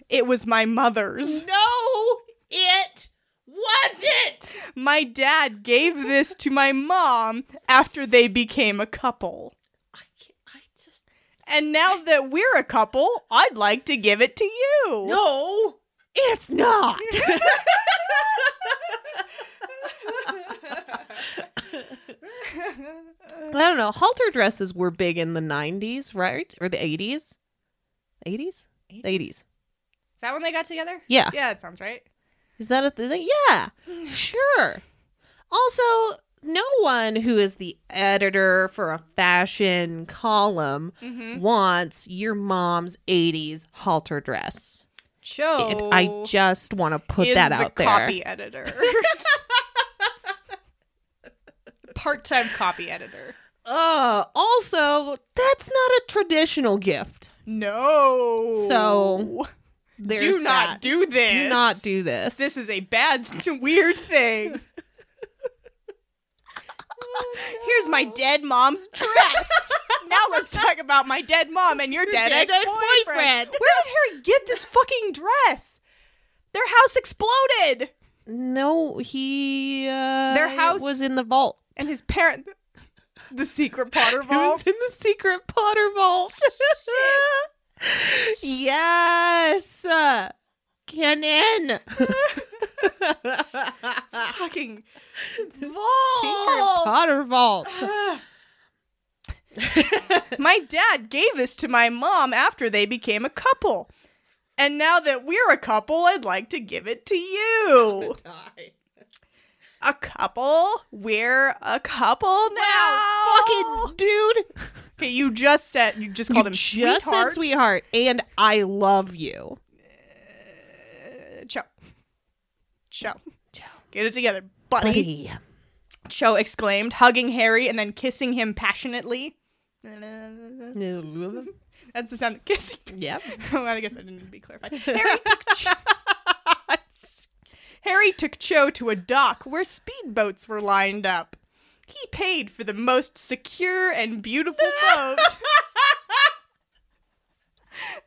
S1: it was my mother's.
S2: No, it wasn't.
S1: My dad gave this to my mom after they became a couple.
S2: I, can't, I just
S1: And now that we're a couple, I'd like to give it to you.
S2: no, it's not. I don't know. Halter dresses were big in the '90s, right, or the '80s? '80s, The '80s.
S1: Is that when they got together?
S2: Yeah.
S1: Yeah, it sounds right.
S2: Is that a thing? Yeah, sure. Also, no one who is the editor for a fashion column
S1: Mm-hmm.
S2: wants your mom's 80s halter dress.
S1: Joe.
S2: And I just want to put
S1: Oh. is
S2: that
S1: the
S2: out there.
S1: Copy editor. Part-time copy editor.
S2: Uh, also, that's not a traditional gift.
S1: No.
S2: So, There's
S1: do not
S2: that.
S1: do this.
S2: Do not do this.
S1: This is a bad, weird thing. Here's my dead mom's dress. now let's talk about my dead mom and your, dead,
S2: dead
S1: ex-boyfriend.
S2: ex-boyfriend.
S1: Where did Harry get this fucking dress? Their house exploded,
S2: no, he uh
S1: Their house-
S2: was in the vault.
S1: and his parent, the secret Potter
S2: It was
S1: vault.
S2: in the secret Potter vault. yes. Uh, Get in. secret
S1: fucking
S2: Potter vault.
S1: My dad gave this to my mom after they became a couple. And now that we're a couple, I'd like to give it to you.
S2: Oh,
S1: A couple? We're a couple now.
S2: Wow, fucking dude.
S1: Okay, you just said you just called him
S2: just
S1: sweetheart.
S2: said sweetheart, and I love you.
S1: Cho. Cho. Get it together, buddy.
S2: Buddy.
S1: Cho exclaimed, hugging Harry and then kissing him passionately. That's
S2: yep.
S1: the sound of kissing. well, I guess that didn't need to be clarified. Harry took Cho- Harry took Cho to a dock where speedboats were lined up. He paid for the most secure and beautiful boat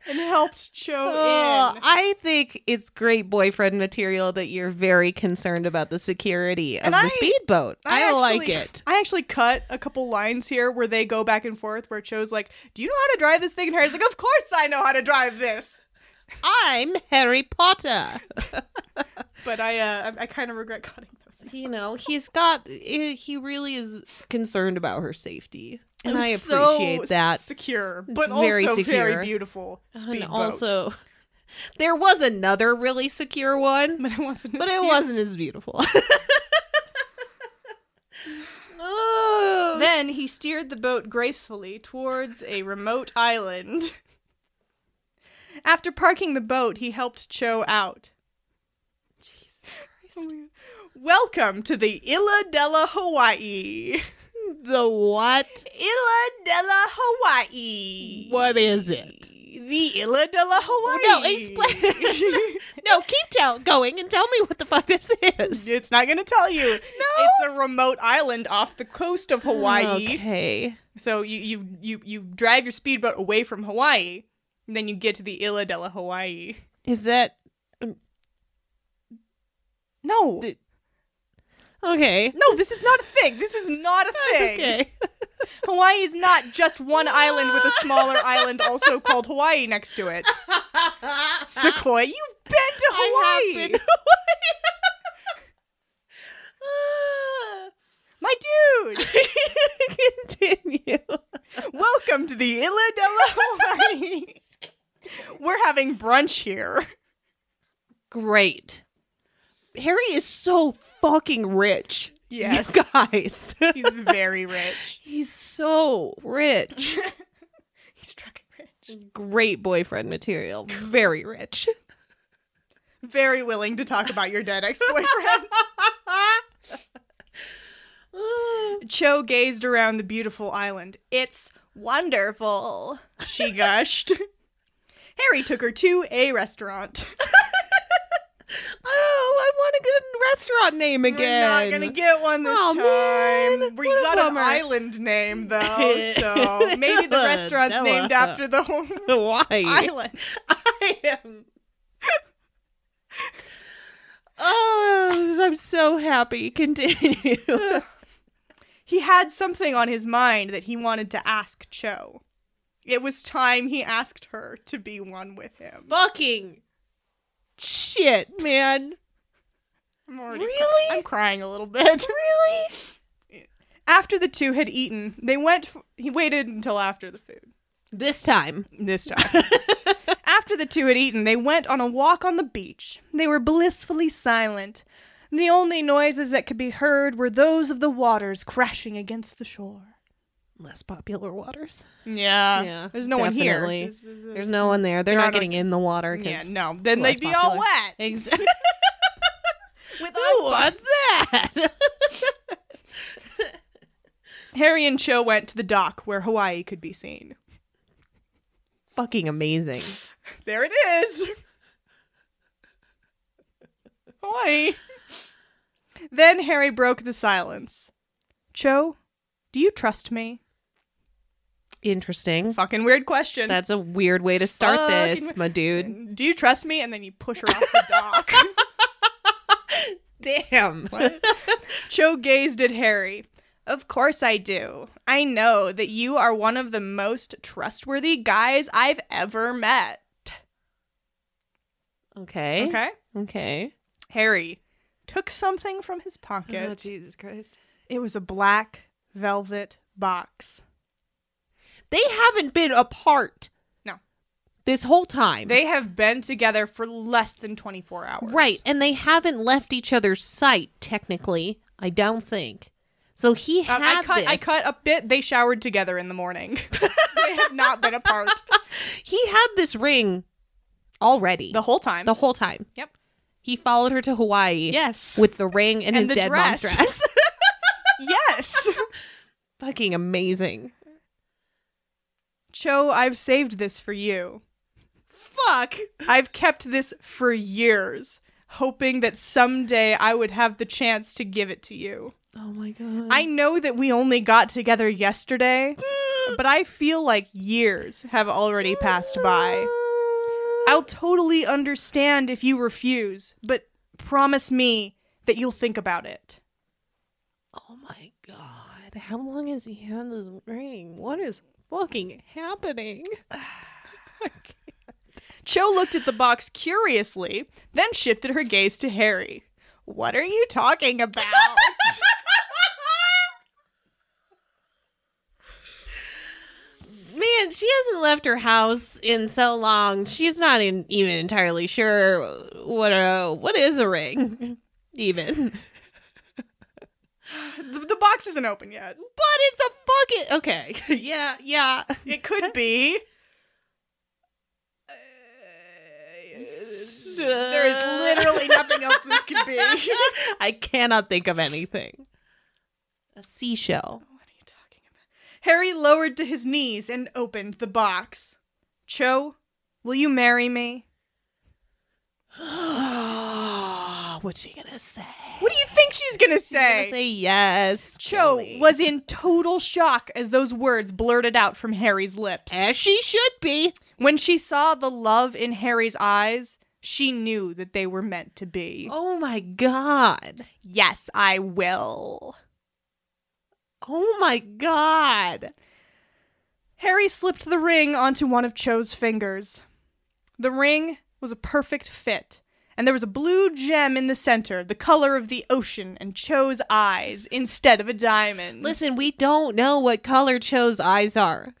S1: and helped Cho
S2: Oh,
S1: in.
S2: I think it's great boyfriend material that you're very concerned about the security of
S1: And
S2: the
S1: I-
S2: speedboat. I,
S1: actually-
S2: like it.
S1: I actually cut a couple lines here where they go back and forth where Cho's like, Do you know how to drive this thing? And Harry's like, Of course I know how to drive this.
S2: I'm Harry Potter.
S1: But I uh, I, I kind of regret cutting those.
S2: you know, he's got he really is concerned about her safety. And I
S1: It's so
S2: appreciate that.
S1: secure, but
S2: very
S1: also
S2: secure.
S1: very beautiful.
S2: and
S1: speedboat.
S2: also there was another really secure one.
S1: but it wasn't. as
S2: but it
S1: beautiful.
S2: wasn't as beautiful. oh,
S1: Then he steered the boat gracefully towards a remote island. After parking the boat, he helped Cho out. Jesus Christ. Welcome to the Illa Della Hawaii.
S2: the what?
S1: Illa Della Hawaii.
S2: What is it?
S1: The Illa Della Hawaii.
S2: Well, no, explain- No, keep tell going and tell me what the fuck this is.
S1: it's not going to tell you. No. It's a remote island off the coast of Hawaii.
S2: Okay.
S1: So you you you you drive your speedboat away from Hawaii, and then you get to the Illa Della Hawaii.
S2: Is that
S1: No,
S2: Th- okay?
S1: no, this is not a thing. This is not a thing.
S2: Okay.
S1: Hawaii is not just one island with a smaller island also called Hawaii next to it. Sequoia, you've been to
S2: I
S1: Hawaii.
S2: have been
S1: My dude,
S2: Continue.
S1: welcome to the Illa Della Hawaii. We're having brunch here.
S2: Great. Harry is so fucking rich. you
S1: Yes.
S2: guys.
S1: He's very rich.
S2: He's so rich.
S1: He's fucking rich.
S2: Great boyfriend material. Very rich.
S1: Very willing to talk about your dead ex-boyfriend.
S2: Oh,
S1: Cho gazed around the beautiful island. It's wonderful, she gushed. Harry took her to a restaurant.
S2: Oh, I want a good restaurant name again.
S1: We're not gonna get one this
S2: Aw,
S1: time.
S2: man.
S1: We
S2: What a
S1: got an
S2: bummer.
S1: island name though, so maybe the restaurant's
S2: Della.
S1: named after the whole
S2: Hawaii.
S1: island.
S2: I am. oh, I'm so happy. Continue.
S1: He had something on his mind that he wanted to ask Cho. It was time he asked her to be one with him.
S2: Fucking shit, man.
S1: I'm already
S2: Really?
S1: I'm crying a little bit. Really? After the two had eaten, they went. F- he waited until after the food.
S2: This time.
S1: This time. After the two had eaten, they went on a walk on the beach. They were blissfully silent. The only noises that could be heard were those of the waters crashing against the shore.
S2: Less popular waters.
S1: Yeah.
S2: Yeah,
S1: There's no one
S2: definitely.
S1: here. This is-
S2: There's no one there.
S1: They're
S2: They're not
S1: not
S2: getting in the water
S1: Yeah,
S2: because
S1: no. Then
S2: less
S1: they'd be all
S2: popular.
S1: wet.
S2: exactly.
S1: With
S2: What's that?
S1: Harry and Cho went to the dock where Hawaii could be seen.
S2: Fucking amazing.
S1: There it is. Hawaii. Then Harry broke the silence. Cho, do you trust me?
S2: Interesting.
S1: Fucking weird question.
S2: That's a weird way to start
S1: Fucking
S2: this, my dude.
S1: Do you trust me? And then you push her off the dock.
S2: Damn.
S1: Cho gazed at Harry. Of course I do. I know that you are one of the most trustworthy guys I've ever met.
S2: Okay. Okay.
S1: Okay?
S2: Okay.
S1: Harry took something from his pocket.
S2: Oh, Jesus Christ.
S1: It was a black velvet box.
S2: They haven't been apart.
S1: No.
S2: This whole time.
S1: They have been together for less than 24 hours.
S2: Right, and they haven't left each other's sight technically, I don't think. So he
S1: Um,
S2: had
S1: I cut I
S2: this.
S1: cut a bit. They showered together in the morning. they have not been apart
S2: He had this ring already
S1: the whole time.
S2: the whole time.
S1: Yep.
S2: He followed her to Hawaii
S1: yes.
S2: with the ring and,
S1: And
S2: his
S1: the
S2: dead
S1: dress.
S2: mom's dress.
S1: yes.
S2: Fucking amazing.
S1: Cho, I've saved this for you.
S2: Fuck.
S1: I've kept this for years, hoping that someday I would have the chance to give it to you.
S2: Oh my god.
S1: I know that we only got together yesterday, but I feel like years have already passed by. I'll totally understand if you refuse, but promise me that you'll think about it.
S2: Oh my god. How long has he had this ring? What is fucking happening?
S1: Cho looked at the box curiously, then shifted her gaze to Harry. What are you talking about?
S2: Man, she hasn't left her house in so long. She's not in, even entirely sure what a what is a ring, even.
S1: the, the box isn't open yet.
S2: But it's a fucking okay. Yeah, yeah.
S1: It could be. There is literally nothing else this could be. what are you
S2: I cannot think of anything. A seashell.
S1: talking about? Harry lowered to his knees and opened the box. Cho, will you marry me?
S2: What's she gonna say?
S1: What do you think she's gonna
S2: Gonna
S1: say?
S2: say yes.
S1: Cho
S2: Kelly.
S1: was in total shock as those words blurted out from Harry's lips.
S2: as she should be.
S1: When she saw the love in Harry's eyes, she knew that they were meant to be.
S2: Oh my god.
S1: Yes, I will.
S2: Oh my god.
S1: Harry slipped the ring onto one of Cho's fingers. The ring was a perfect fit, and there was a blue gem in the center, the color of the ocean, and Cho's eyes instead of a diamond.
S2: Listen, we don't know what color Cho's eyes are.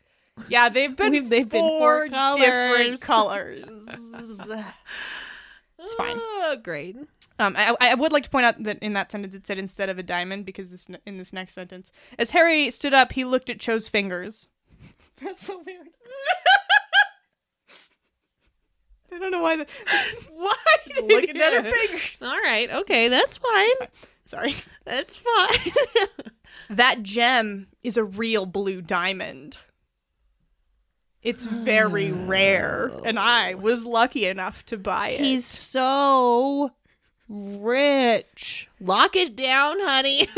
S1: yeah, they've been
S2: We've- they've been
S1: four
S2: four colors.
S1: different colors. It's fine.
S2: Oh, great.
S1: Um, I, I would like to point out that in that sentence it said instead of a diamond because this in this next sentence, as Harry stood up, he looked at Cho's fingers. That's so weird. I don't know why. The,
S2: Why?
S1: looking at her finger.
S2: All right. Okay. That's fine.
S1: Sorry.
S2: That's fine.
S1: That gem is a real blue diamond. It's very
S2: Oh.
S1: rare, and I was lucky enough to buy it.
S2: He's so rich. Lock it down, honey.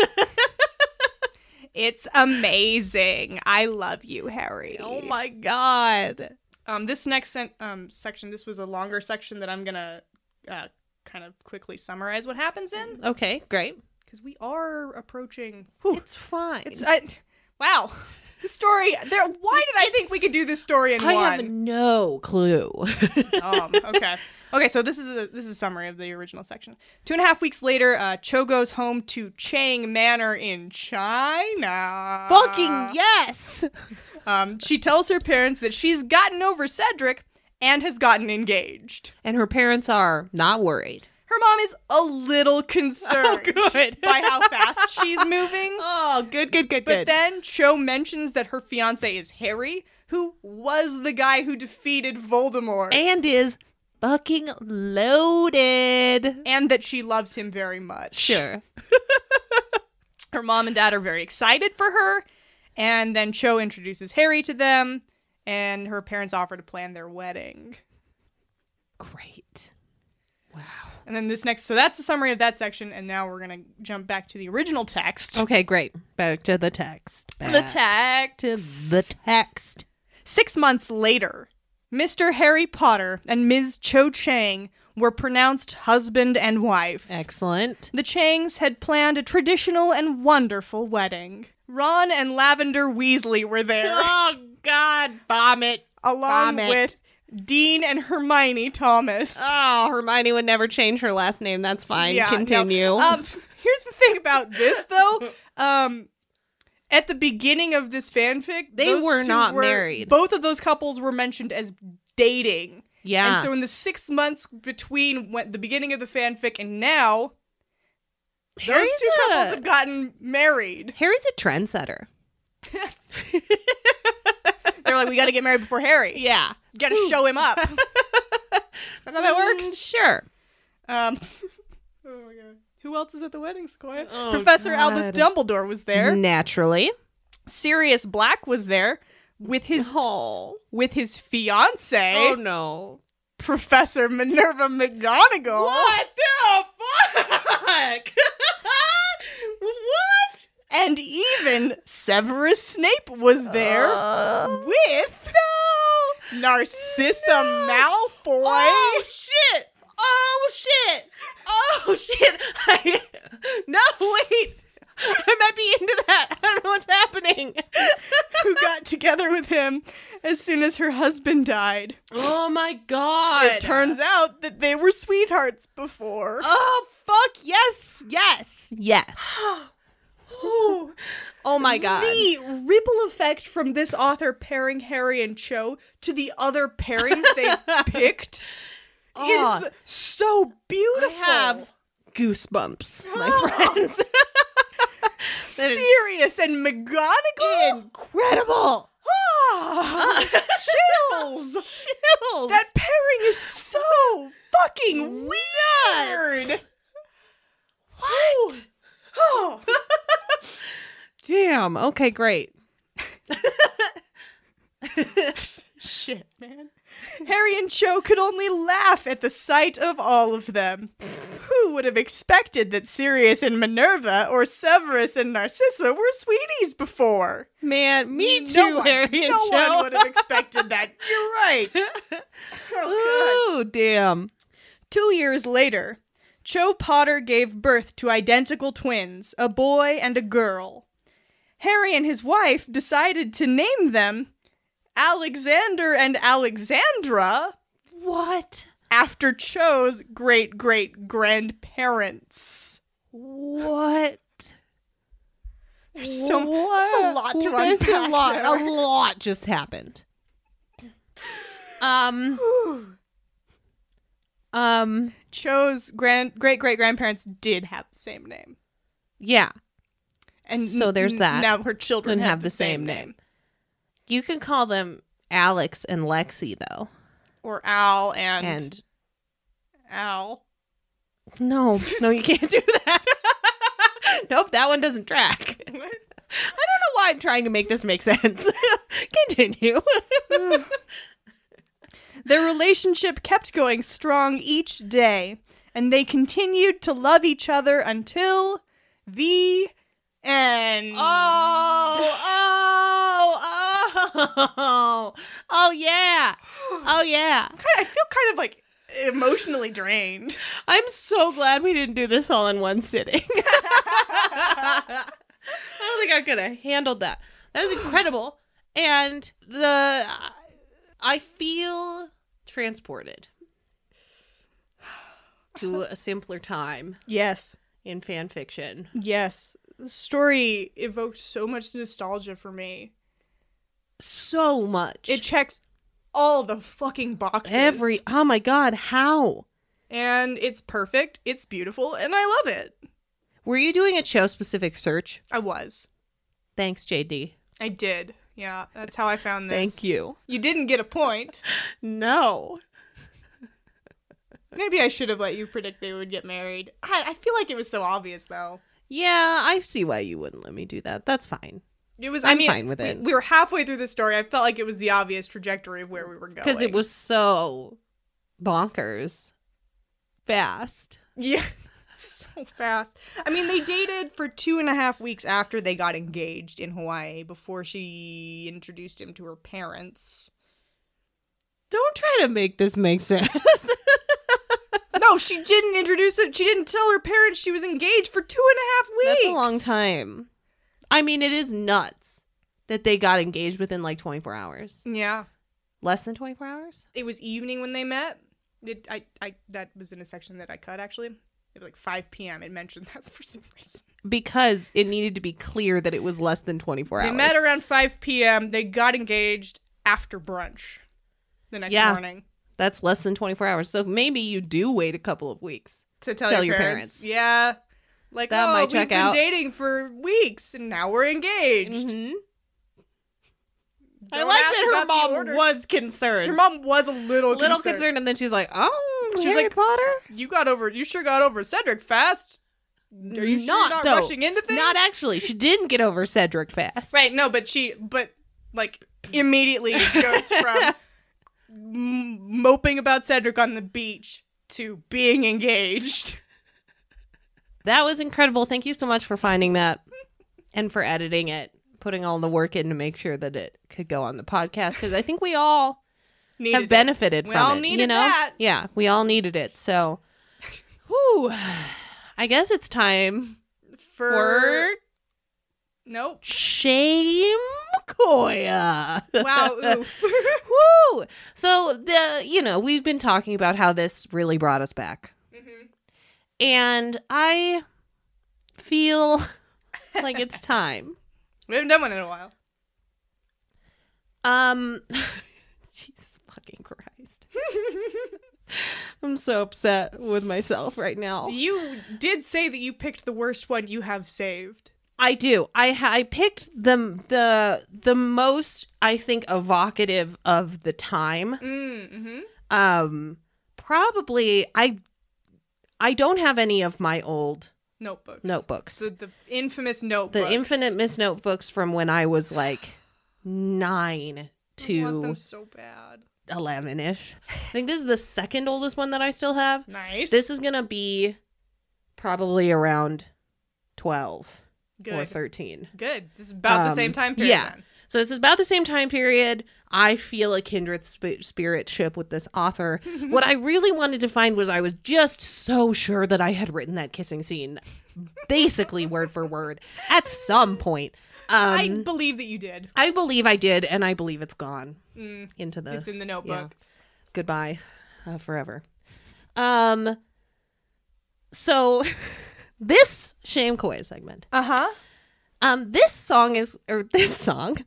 S1: It's amazing. I love you, Harry.
S2: oh my god.
S1: Um, this next sen- um section, this was a longer section that I'm gonna uh, kind of quickly summarize what happens in
S2: Okay, great.
S1: because we are approaching. Whew,
S2: It's fine.
S1: it's I, wow. This story. There. Why did I think we could do this story in
S2: I have
S1: one?
S2: no clue.
S1: um, okay. Okay. So this is a this is a summary of the original section. Two and a half weeks later, uh, Cho goes home to Chang Manor in China.
S2: Fucking yes.
S1: Um, she tells her parents that she's gotten over Cedric and has gotten engaged.
S2: And her parents are not worried.
S1: Her mom is a
S2: Oh,
S1: little concerned by how fast she's moving.
S2: Oh, good, good, good,
S1: But then Cho mentions that her fiance is Harry, who was the guy who defeated Voldemort, and,
S2: and is fucking loaded.
S1: that she loves him very much.
S2: Sure.
S1: Her mom and dad are very excited for her, and then Cho introduces Harry to them, and her parents offer to plan their wedding.
S2: Great. Wow.
S1: And then this next, so that's a summary of that section, and now we're gonna jump back to the original text.
S2: Okay, great. Back to the text. Back
S1: The text.
S2: to the text.
S1: Six months later, Mr. Harry Potter and Ms. Cho Chang were pronounced husband and wife.
S2: Excellent.
S1: The Changs had planned a traditional and wonderful wedding. Ron and Lavender Weasley were there,
S2: Oh God, vomit.
S1: along
S2: vomit.
S1: with Dean and Hermione Thomas.
S2: Oh, Hermione would never change her last name. That's fine.
S1: Yeah, no.
S2: Continue.
S1: Um, here's the thing about this though. Um, at the beginning of this fanfic,
S2: They
S1: those
S2: were
S1: two
S2: not married.
S1: Both of those couples were mentioned as dating,
S2: yeah.
S1: and so in the six months between when, the beginning of the fanfic and now,
S2: Harry's
S1: those two couples
S2: a-
S1: have gotten married.
S2: Harry's a trendsetter.
S1: They're like, we got to get married before Harry.
S2: Yeah.
S1: Got to show him up. Is that how that works?
S2: Mm, sure.
S1: Um, oh my god. Who else is at the wedding, Sequoia?
S2: Oh,
S1: Professor Albus
S2: God.
S1: Dumbledore was there.
S2: Naturally.
S1: Sirius Black was there with his
S2: Oh.
S1: with his fiance,
S2: Oh no.
S1: Professor Minerva McGonagall.
S2: the fuck? what?
S1: And even Severus Snape was there
S2: Uh.
S1: with no Narcissa Malfoy.
S2: Oh shit! Oh shit! Oh shit! I, no, wait. I might be into that. I don't know what's happening.
S1: who got together with him as soon as her husband died.
S2: oh my god!
S1: It turns out that they were sweethearts before.
S2: Oh fuck! Yes! Yes! Yes! oh my god!
S1: The ripple effect from this author pairing Harry and Cho to the other pairings they picked
S2: Oh.
S1: is so
S2: I
S1: beautiful.
S2: have goosebumps, my friends. That is
S1: Sirius and McGonagall.
S2: incredible.
S1: Ah, chills.
S2: Chills.
S1: That pairing is so fucking weird.
S2: What?
S1: Oh.
S2: Damn. Okay, great.
S1: Shit, man. Harry and Cho could only laugh at the sight of all of them. Who would have expected that Sirius and Minerva or Severus and Narcissa were sweeties before?
S2: Man, me too,
S1: no one,
S2: Harry and
S1: no
S2: Joe.
S1: one would have expected that. You're right. Oh, God.
S2: Ooh, damn.
S1: Two years later, Cho Potter gave birth to identical twins, a boy and a girl. Harry and his wife decided to name them Alexander and Alexandra
S2: What?
S1: after Cho's great great grandparents.
S2: What?
S1: There's so
S2: what?
S1: there's a lot to
S2: There's
S1: unpack.
S2: a lot.
S1: there.
S2: A lot just happened. Um. um.
S1: Cho's grand great great grandparents did have the same name,
S2: Yeah.
S1: and
S2: So there's that.
S1: Now her children
S2: And
S1: have, the same, name.
S2: You can call them Alex and Lexi though,
S1: or Al and,
S2: and
S1: Al.
S2: no, no, you can't do that. nope, that one doesn't track.
S1: What?
S2: I don't know why I'm trying to make this make sense. Continue.
S1: Their relationship kept going strong each day, and they continued to love each other until the end.
S2: oh, oh, oh, oh, yeah, oh yeah.
S1: Kinda- I feel kind of like emotionally drained.
S2: I'm so glad we didn't do this all in one sitting. I don't think I could have handled that. That was incredible. And the I feel transported to a simpler time
S1: Yes.
S2: in fan fiction.
S1: Yes. The story evoked so much nostalgia for me.
S2: So much.
S1: It checks all the fucking boxes.
S2: every oh my god, how?
S1: and it's perfect, it's beautiful, and I love it.
S2: Were you doing a show specific search?
S1: I was.
S2: Thanks, JD.
S1: I did. Yeah, that's how I found this.
S2: Thank you.
S1: You didn't get a point.
S2: No.
S1: Maybe I should have let you predict they would get married. I, I feel like it was so obvious though.
S2: Yeah, I see why you wouldn't let me do that. That's fine.
S1: It was. I
S2: I'm
S1: mean,
S2: fine with
S1: we-
S2: it.
S1: We, were halfway through the story. I felt like it was the obvious trajectory of where we were going.
S2: because it was so bonkers fast
S1: yeah, so fast. I mean, they dated for two and a half weeks after they got engaged in Hawaii before she introduced him to her parents.
S2: don't try to make this make sense
S1: no, she didn't introduce it. She didn't tell her parents she was engaged for two and a half weeks.
S2: that's a long time i mean it is nuts that they got engaged within like 24 hours
S1: Yeah.
S2: less than 24 hours
S1: it was evening when they met. It, I, I, that was in a section that I cut actually. It was like 5 p.m. It mentioned that for some reason.
S2: because it needed to be clear that it was less than 24 hours
S1: They met around 5 p.m. They got engaged after brunch the next
S2: Yeah.
S1: morning
S2: that's less than 24 hours so maybe you do wait a couple of weeks
S1: to tell,
S2: Tell
S1: your,
S2: your
S1: parents.
S2: parents.
S1: Yeah. Like,
S2: That
S1: oh,
S2: might
S1: we've
S2: check
S1: been
S2: out."
S1: dating for weeks and now we're engaged.
S2: Mhm. i
S1: Don't
S2: like
S1: ask
S2: that her
S1: about the
S2: mom
S1: order.
S2: was concerned
S1: Her mom was a little,
S2: little concerned.
S1: concerned.
S2: and then she's like oh
S1: She
S2: she
S1: was
S2: Harry
S1: like,
S2: potter
S1: You got over, you sure got over Cedric fast. Are you sure you're
S2: Not,
S1: not
S2: though.
S1: rushing into things?
S2: Not actually. She didn't get over Cedric fast.
S1: Right. No, but she, but like immediately it goes from m- moping about Cedric on the beach to being engaged.
S2: That was incredible. Thank you so much for finding that and for editing it, putting all the work in to make sure that it could go on the podcast because I think we all
S1: Needed
S2: have benefited
S1: We
S2: from
S1: all
S2: it. you
S1: needed
S2: know?
S1: that.
S2: Yeah, we all needed it. So, whew, I guess it's time
S1: it for Er,
S2: for
S1: nope.
S2: Shame Koya.
S1: Wow. oof.
S2: Woo! So the you know we've been talking about how this really brought us back, and I feel like it's time.
S1: we haven't done one in a while.
S2: Um, Jesus fucking Christ! I'm so upset with myself right now.
S1: You did say that you picked the worst one you have saved.
S2: I do. I ha- I picked the the the most I think evocative of the time.
S1: Mm-hmm.
S2: Um, probably I I don't have any of my old
S1: Notebooks.
S2: notebooks.
S1: The, the infamous notebooks.
S2: the infinite miss notebooks from when i was like nine
S1: I want
S2: to
S1: them so bad.
S2: 11ish i think this is the second oldest one that i still have
S1: Nice.
S2: this is gonna be probably around 12
S1: good.
S2: or 13
S1: Good. This is about the
S2: Um,
S1: same time period.
S2: yeah.
S1: then.
S2: so this is about the same time period i feel a kindred sp- spiritship with this author what i really wanted to find was i was just so sure that i had written that kissing scene basically word for word at some point um,
S1: I believe that you did.
S2: I believe I did, and I believe it's gone
S1: Mm,
S2: into the
S1: it's in the notebook.
S2: goodbye uh, forever. Um. So, this shame koi segment.
S1: Uh huh.
S2: Um, this song is or this song,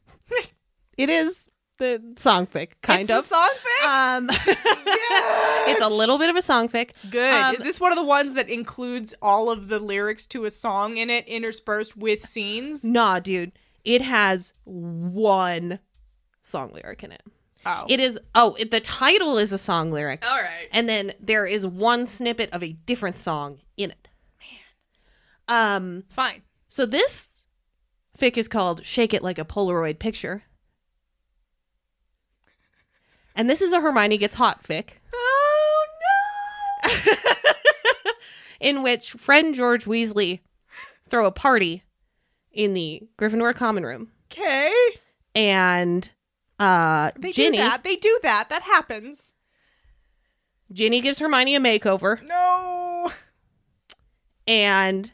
S2: it is the songfic kind
S1: It's a
S2: of.
S1: song fic?
S2: um, it's a little bit of a songfic.
S1: Good.
S2: Um,
S1: Is this one of the ones that includes all of the lyrics to a song in it, interspersed with scenes?
S2: Nah, dude, it has one song lyric in it.
S1: Oh,
S2: It is oh, it, the title is a song lyric.
S1: all right.
S2: and then there is one snippet of a different song in it. Man. Um.
S1: Fine.
S2: So this fic is called Shake It Like a Polaroid Picture. And this is a Hermione Gets Hot fic.
S1: Oh no!
S2: in which friend George Weasley throw a party in the Gryffindor common room,
S1: Okay,
S2: and uh,
S1: they
S2: Ginny
S1: do that. They do that. That happens.
S2: Ginny gives Hermione a makeover,
S1: No.
S2: and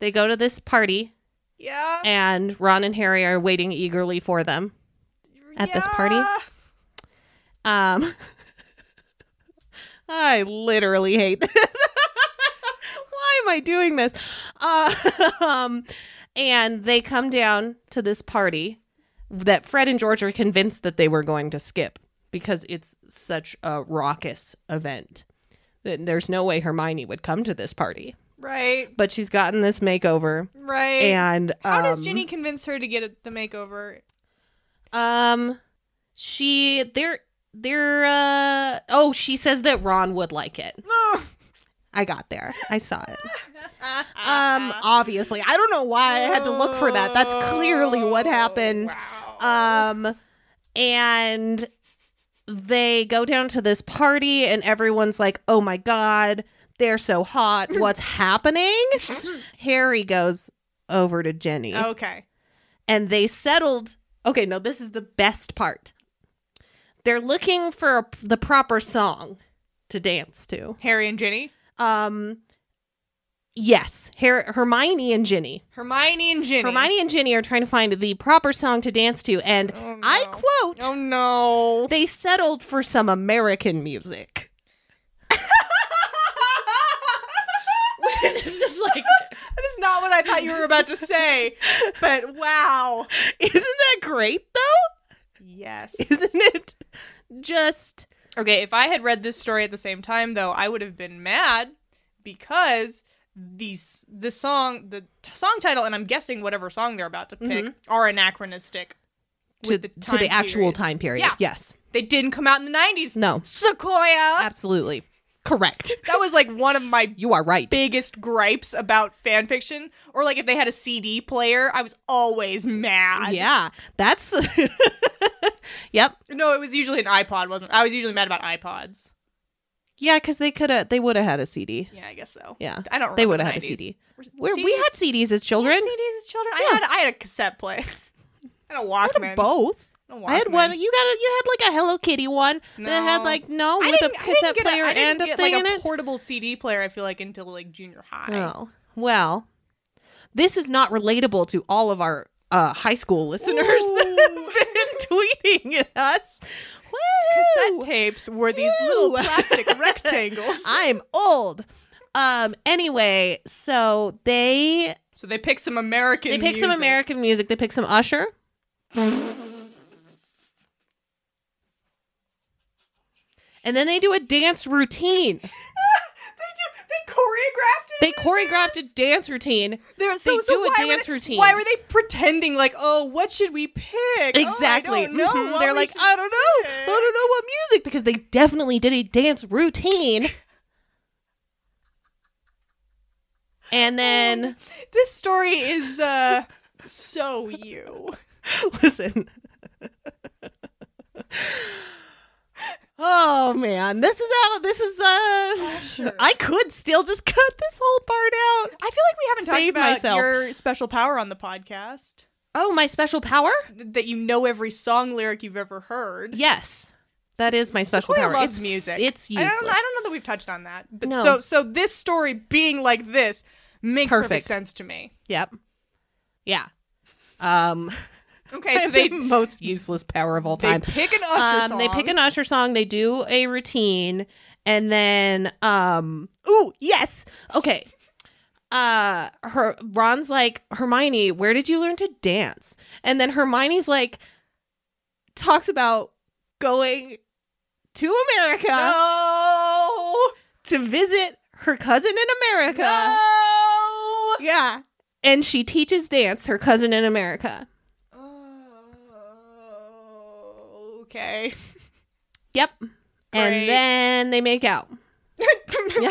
S2: they go to this party,
S1: Yeah.
S2: and Ron and Harry are waiting eagerly for them. at this party?
S1: Yeah.
S2: Um, I literally hate this. Why am I doing this? Uh, um, and they come down to this party that Fred and George are convinced that they were going to skip because it's such a raucous event that there's no way Hermione would come to this party.
S1: Right.
S2: But she's gotten this makeover,
S1: Right.
S2: and
S1: How does
S2: um,
S1: Ginny convince her to get a- the makeover?
S2: Um, she they're they're uh oh she says that Ron would like it.
S1: No.
S2: I got there. I saw it. Um, obviously, I don't know why I had to look for that. That's clearly
S1: Oh,
S2: what happened. Um, and they go down to this party, and everyone's like, "Oh my god, they're so hot! What's happening?" Harry goes over to Jenny,
S1: Okay.
S2: and they settled. Okay, no, this is the best part. They're looking for a, the proper song to dance to.
S1: Harry and Ginny.
S2: Um, yes, Her- Hermione and Ginny.
S1: Hermione and Ginny.
S2: Hermione and Ginny are trying to find the proper song to dance to, and
S1: Oh, no.
S2: I quote,
S1: Oh no.
S2: "They settled for some American music." it's just like,
S1: That is not what I thought you were about to say. But wow.
S2: isn't that great though?
S1: Yes.
S2: Isn't it just?
S1: Okay, if I had read this story at the same time, though, I would have been mad because these the song the t- song title and I'm guessing whatever song they're about to pick are anachronistic.
S2: Mm-hmm. to
S1: with
S2: the,
S1: the
S2: to
S1: time
S2: the actual
S1: period.
S2: time period.
S1: Yeah.
S2: Yes.
S1: They didn't come out in the 90s.
S2: No.
S1: Sequoia.
S2: Absolutely. Correct.
S1: That was like one of my
S2: You are right.
S1: biggest gripes about fan fiction or like if they had a CD player, I was always mad.
S2: Yeah. That's Yep.
S1: No, it was usually an iPod, wasn't it? I was usually mad about iPods.
S2: Yeah, cuz they could have they would have had a CD.
S1: Yeah, I guess so.
S2: Yeah.
S1: I don't remember
S2: They would
S1: the
S2: have had a
S1: 90s.
S2: CD.
S1: Were-
S2: Where we
S1: CDs?
S2: had CDs as children.
S1: CDs as children.
S2: Yeah.
S1: I had I had a cassette player. I had a Walkman.
S2: Both.
S1: A
S2: I had
S1: Walkman.
S2: one. You got a, you had like a Hello Kitty one that had
S1: No.
S2: like no
S1: I
S2: with a
S1: didn't- I didn't
S2: cassette
S1: get a-
S2: player
S1: I didn't
S2: and a
S1: get,
S2: thing
S1: like
S2: in
S1: a
S2: it.
S1: portable CD player. I feel like until like junior high.
S2: oh. Well, this is not relatable to all of our uh, high school listeners that have been tweeting at us. Woo!
S1: Cassette tapes were these little
S2: Ew.
S1: plastic rectangles.
S2: I'm old. Um. Anyway, so they
S1: So they picked some American.
S2: they pick some
S1: music.
S2: American music. They pick some Usher. And then they do a dance routine.
S1: They do. They choreographed it.
S2: They choreographed a dance routine.
S1: They're, so,
S2: they
S1: so
S2: do a
S1: why were
S2: dance
S1: they-
S2: routine.
S1: Why were they pretending like, oh, what should we pick?
S2: Exactly.
S1: Oh, I don't know.
S2: Mhm.
S1: what
S2: They're
S1: we
S2: like,
S1: should
S2: I don't know. I
S1: pick."
S2: don't know what music because they definitely did a dance routine. And then
S1: This story is uh, so you.
S2: listen. oh man, this is how this is uh
S1: Usher.
S2: I could still just cut this whole part out.
S1: I feel like we haven't
S2: Save
S1: talked about
S2: myself.
S1: your special power on the podcast.
S2: Oh, my special power?
S1: Th- That you know every song lyric you've ever heard.
S2: Yes. That is my special
S1: Sequoia
S2: power.
S1: loves
S2: it's
S1: music.
S2: It's
S1: I
S2: useless.
S1: don't, I don't know that we've touched on that. But
S2: No.
S1: so so this story being like this makes perfect,
S2: Perfect.
S1: sense to me.
S2: Yep. Yeah. Um
S1: Okay, so they
S2: the most useless power of all
S1: they
S2: time.
S1: pick an Usher
S2: um,
S1: song.
S2: they pick an Usher song, they do a routine, and then um ooh, yes. Okay. Uh her Ron's like, "Hermione, where did you learn to dance?" And then Hermione's like talks about going to America
S1: No.
S2: to visit her cousin in America.
S1: No.
S2: Yeah. And she teaches dance her cousin in America.
S1: Oh, Okay.
S2: Yep.
S1: Great.
S2: And then they make out. and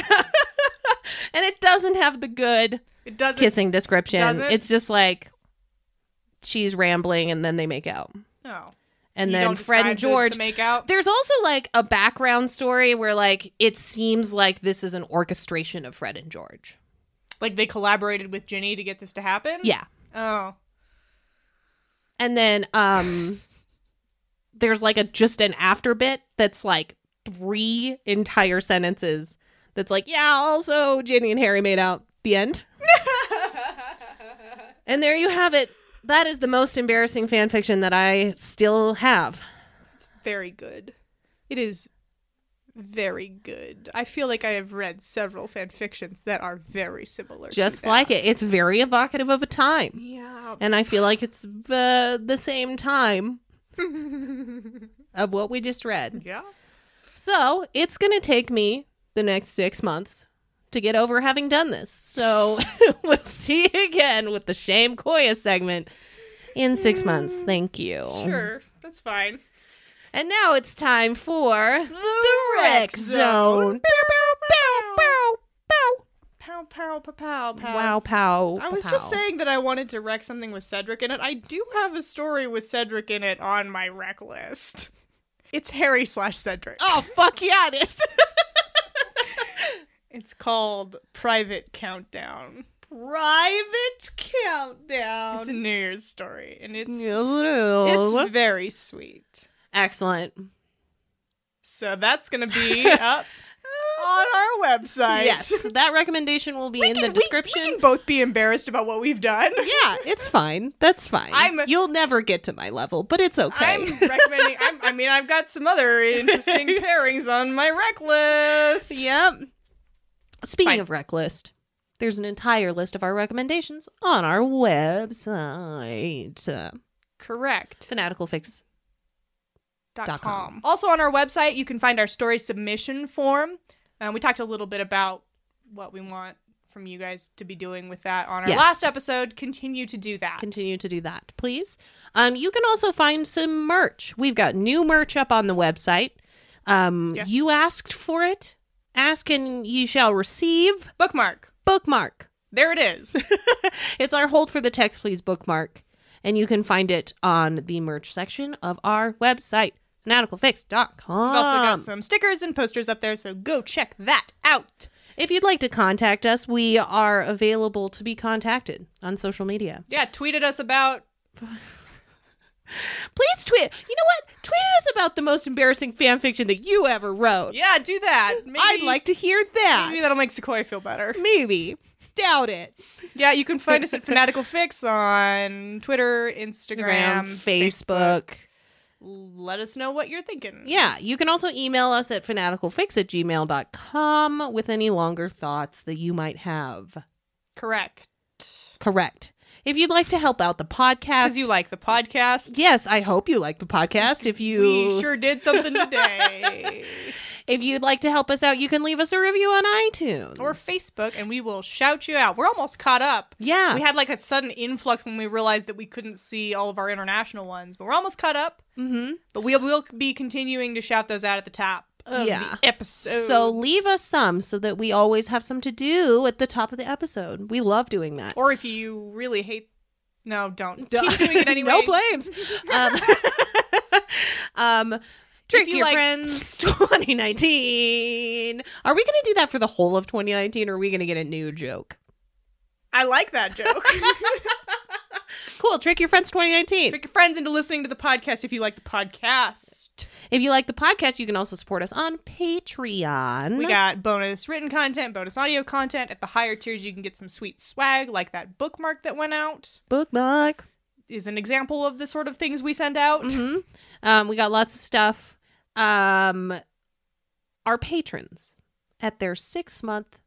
S2: it doesn't have the good
S1: It doesn't
S2: kissing description.
S1: does it?
S2: It's just like she's rambling and then they make out.
S1: Oh.
S2: And
S1: You
S2: then
S1: don't
S2: Fred
S1: describe
S2: and
S1: the-
S2: George
S1: the make out.
S2: There's also like a background story where like it seems like this is an orchestration of Fred and George.
S1: Like they collaborated with Ginny to get this to happen.
S2: Yeah.
S1: Oh.
S2: And then um there's like a just an after bit that's like three entire sentences that's like, yeah, also Ginny and Harry made out the end. and there you have it. That is the most embarrassing fan fiction that I still have.
S1: very good. It is very good. I feel like I have read several fan fictions that are very similar. to
S2: Just
S1: that.
S2: like it. It's very evocative of a time.
S1: Yeah.
S2: and I feel like it's the the same time of what we just read.
S1: Yeah.
S2: So it's gonna take me the next six months to get over having done this. So we'll see you again with the Shame Koya segment in six months. Thank you.
S1: Sure. That's fine.
S2: And now it's time for the Rec Zone. Pew, pew, pew, pew,
S1: Pow pow pow pow
S2: pew.
S1: pow.
S2: Wow, pow.
S1: I was
S2: pow.
S1: just saying that I wanted to wreck something with Cedric in it. I do have a story with Cedric in it on my wreck list. It's Harry slash Cedric.
S2: Oh fuck yeah, it is.
S1: It's called Private Countdown. Private Countdown. It's a New Year's story, and it's it's very sweet.
S2: Excellent.
S1: So that's gonna be up on our website.
S2: Yes, that recommendation will be in
S1: Can
S2: the
S1: we-
S2: description.
S1: We, can both be embarrassed about what we've done.
S2: yeah, it's fine. That's fine.
S1: I'm-
S2: You'll never get to my level, but it's
S1: I'm
S2: okay.
S1: recommending. I'm, I mean, I've got some other interesting pairings on my rec list.
S2: yep. Speaking
S1: Fine.
S2: of rec list, there's an entire list of our recommendations on our website, uh,
S1: Correct.
S2: fanaticalfix.com.
S1: Dot
S2: com.
S1: com. Also on our website, you can find our story submission form. Um, we talked a little bit about what we want from you guys to be doing with that on our
S2: Yes.
S1: last episode. Continue to do that.
S2: Continue to do that, please. Um, you can also find some merch. We've got new merch up on the website. Um,
S1: Yes.
S2: You asked for it. Ask and you shall receive.
S1: Bookmark.
S2: Bookmark.
S1: There it is.
S2: It's our Hold for the Text Please bookmark, and you can find it on the merch section of our website, fanaticalfix.com.
S1: We've also got some stickers and posters up there, so go check that out.
S2: If you'd like to contact us, we are available to be contacted on social media.
S1: Yeah, tweeted us about.
S2: Please tweet. You know what? Tweet at us about the most embarrassing fan fiction that you ever wrote.
S1: Yeah, do that. Maybe,
S2: I'd like to hear
S1: Maybe
S2: that.
S1: that'll make Sequoia feel better.
S2: Maybe. Doubt it.
S1: Yeah, you can find us at Fanatical Fix on Twitter, Instagram,
S2: Facebook.
S1: Let us know what you're thinking.
S2: Yeah, you can also email us at fanaticalfix at gmail.com with any longer thoughts that you might have.
S1: Correct.
S2: Correct. If you'd like to help out the podcast,
S1: Because you like the podcast.
S2: yes, I hope you like the podcast. If you
S1: We sure did something today.
S2: if you'd like to help us out, you can leave us a review on iTunes
S1: or Facebook, and we will shout you out. We're almost caught up.
S2: Yeah,
S1: We had like a sudden influx when we realized that we couldn't see all of our international ones, but we're almost caught up.
S2: mm-hmm.
S1: But we will be continuing to shout those out at the top of
S2: Yeah.
S1: the episode.
S2: so leave us some so that we always have some to do at the top of the episode. We love doing that.
S1: Or if you really hate, no, don't.
S2: Duh.
S1: Keep doing it anyway.
S2: no flames. Um, um, trick
S1: you
S2: your
S1: like-
S2: friends 2019. Are we going to do that for the whole of 2019 or are we going to get a new joke?
S1: I like that joke.
S2: Cool, trick your friends 2019.
S1: Trick your friends into listening to the podcast if you like the podcast.
S2: If you like the podcast, you can also support us on Patreon.
S1: We got bonus written content, bonus audio content. At the higher tiers, you can get some sweet swag, like that bookmark that went out,
S2: bookmark.
S1: is an example of the sort of things we send out.
S2: hmm Um, we got lots of stuff. Um, our patrons at their six month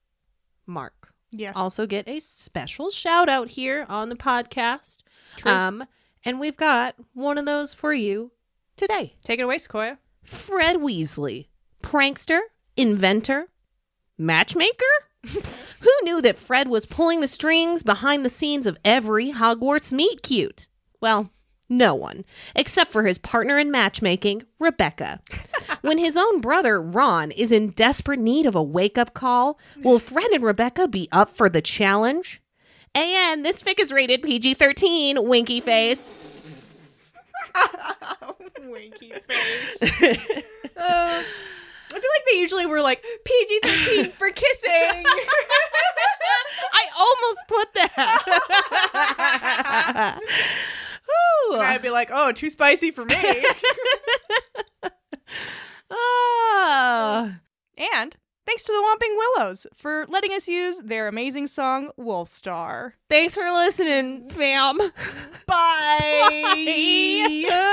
S2: mark
S1: Yes.
S2: also get a special shout out here on the podcast.
S1: True.
S2: Um, and we've got one of those for you today.
S1: Take it away, Sequoia.
S2: Fred Weasley, prankster, inventor, matchmaker? Who knew that Fred was pulling the strings behind the scenes of every Hogwarts meet cute? Well, no one, except for his partner in matchmaking, Rebecca. when his own brother, Ron, is in desperate need of a wake up call, will Fred and Rebecca be up for the challenge? And this fic is rated PG 13, winky face.
S1: Winky face. Uh, I feel like they usually were like PG thirteen for kissing.
S2: I almost put that. Whew.
S1: I'd be like, oh, too spicy for me.
S2: Ah.
S1: and thanks to the Whomping Willows for letting us use their amazing song Wolf Star.
S2: Thanks for listening, fam.
S1: Bye.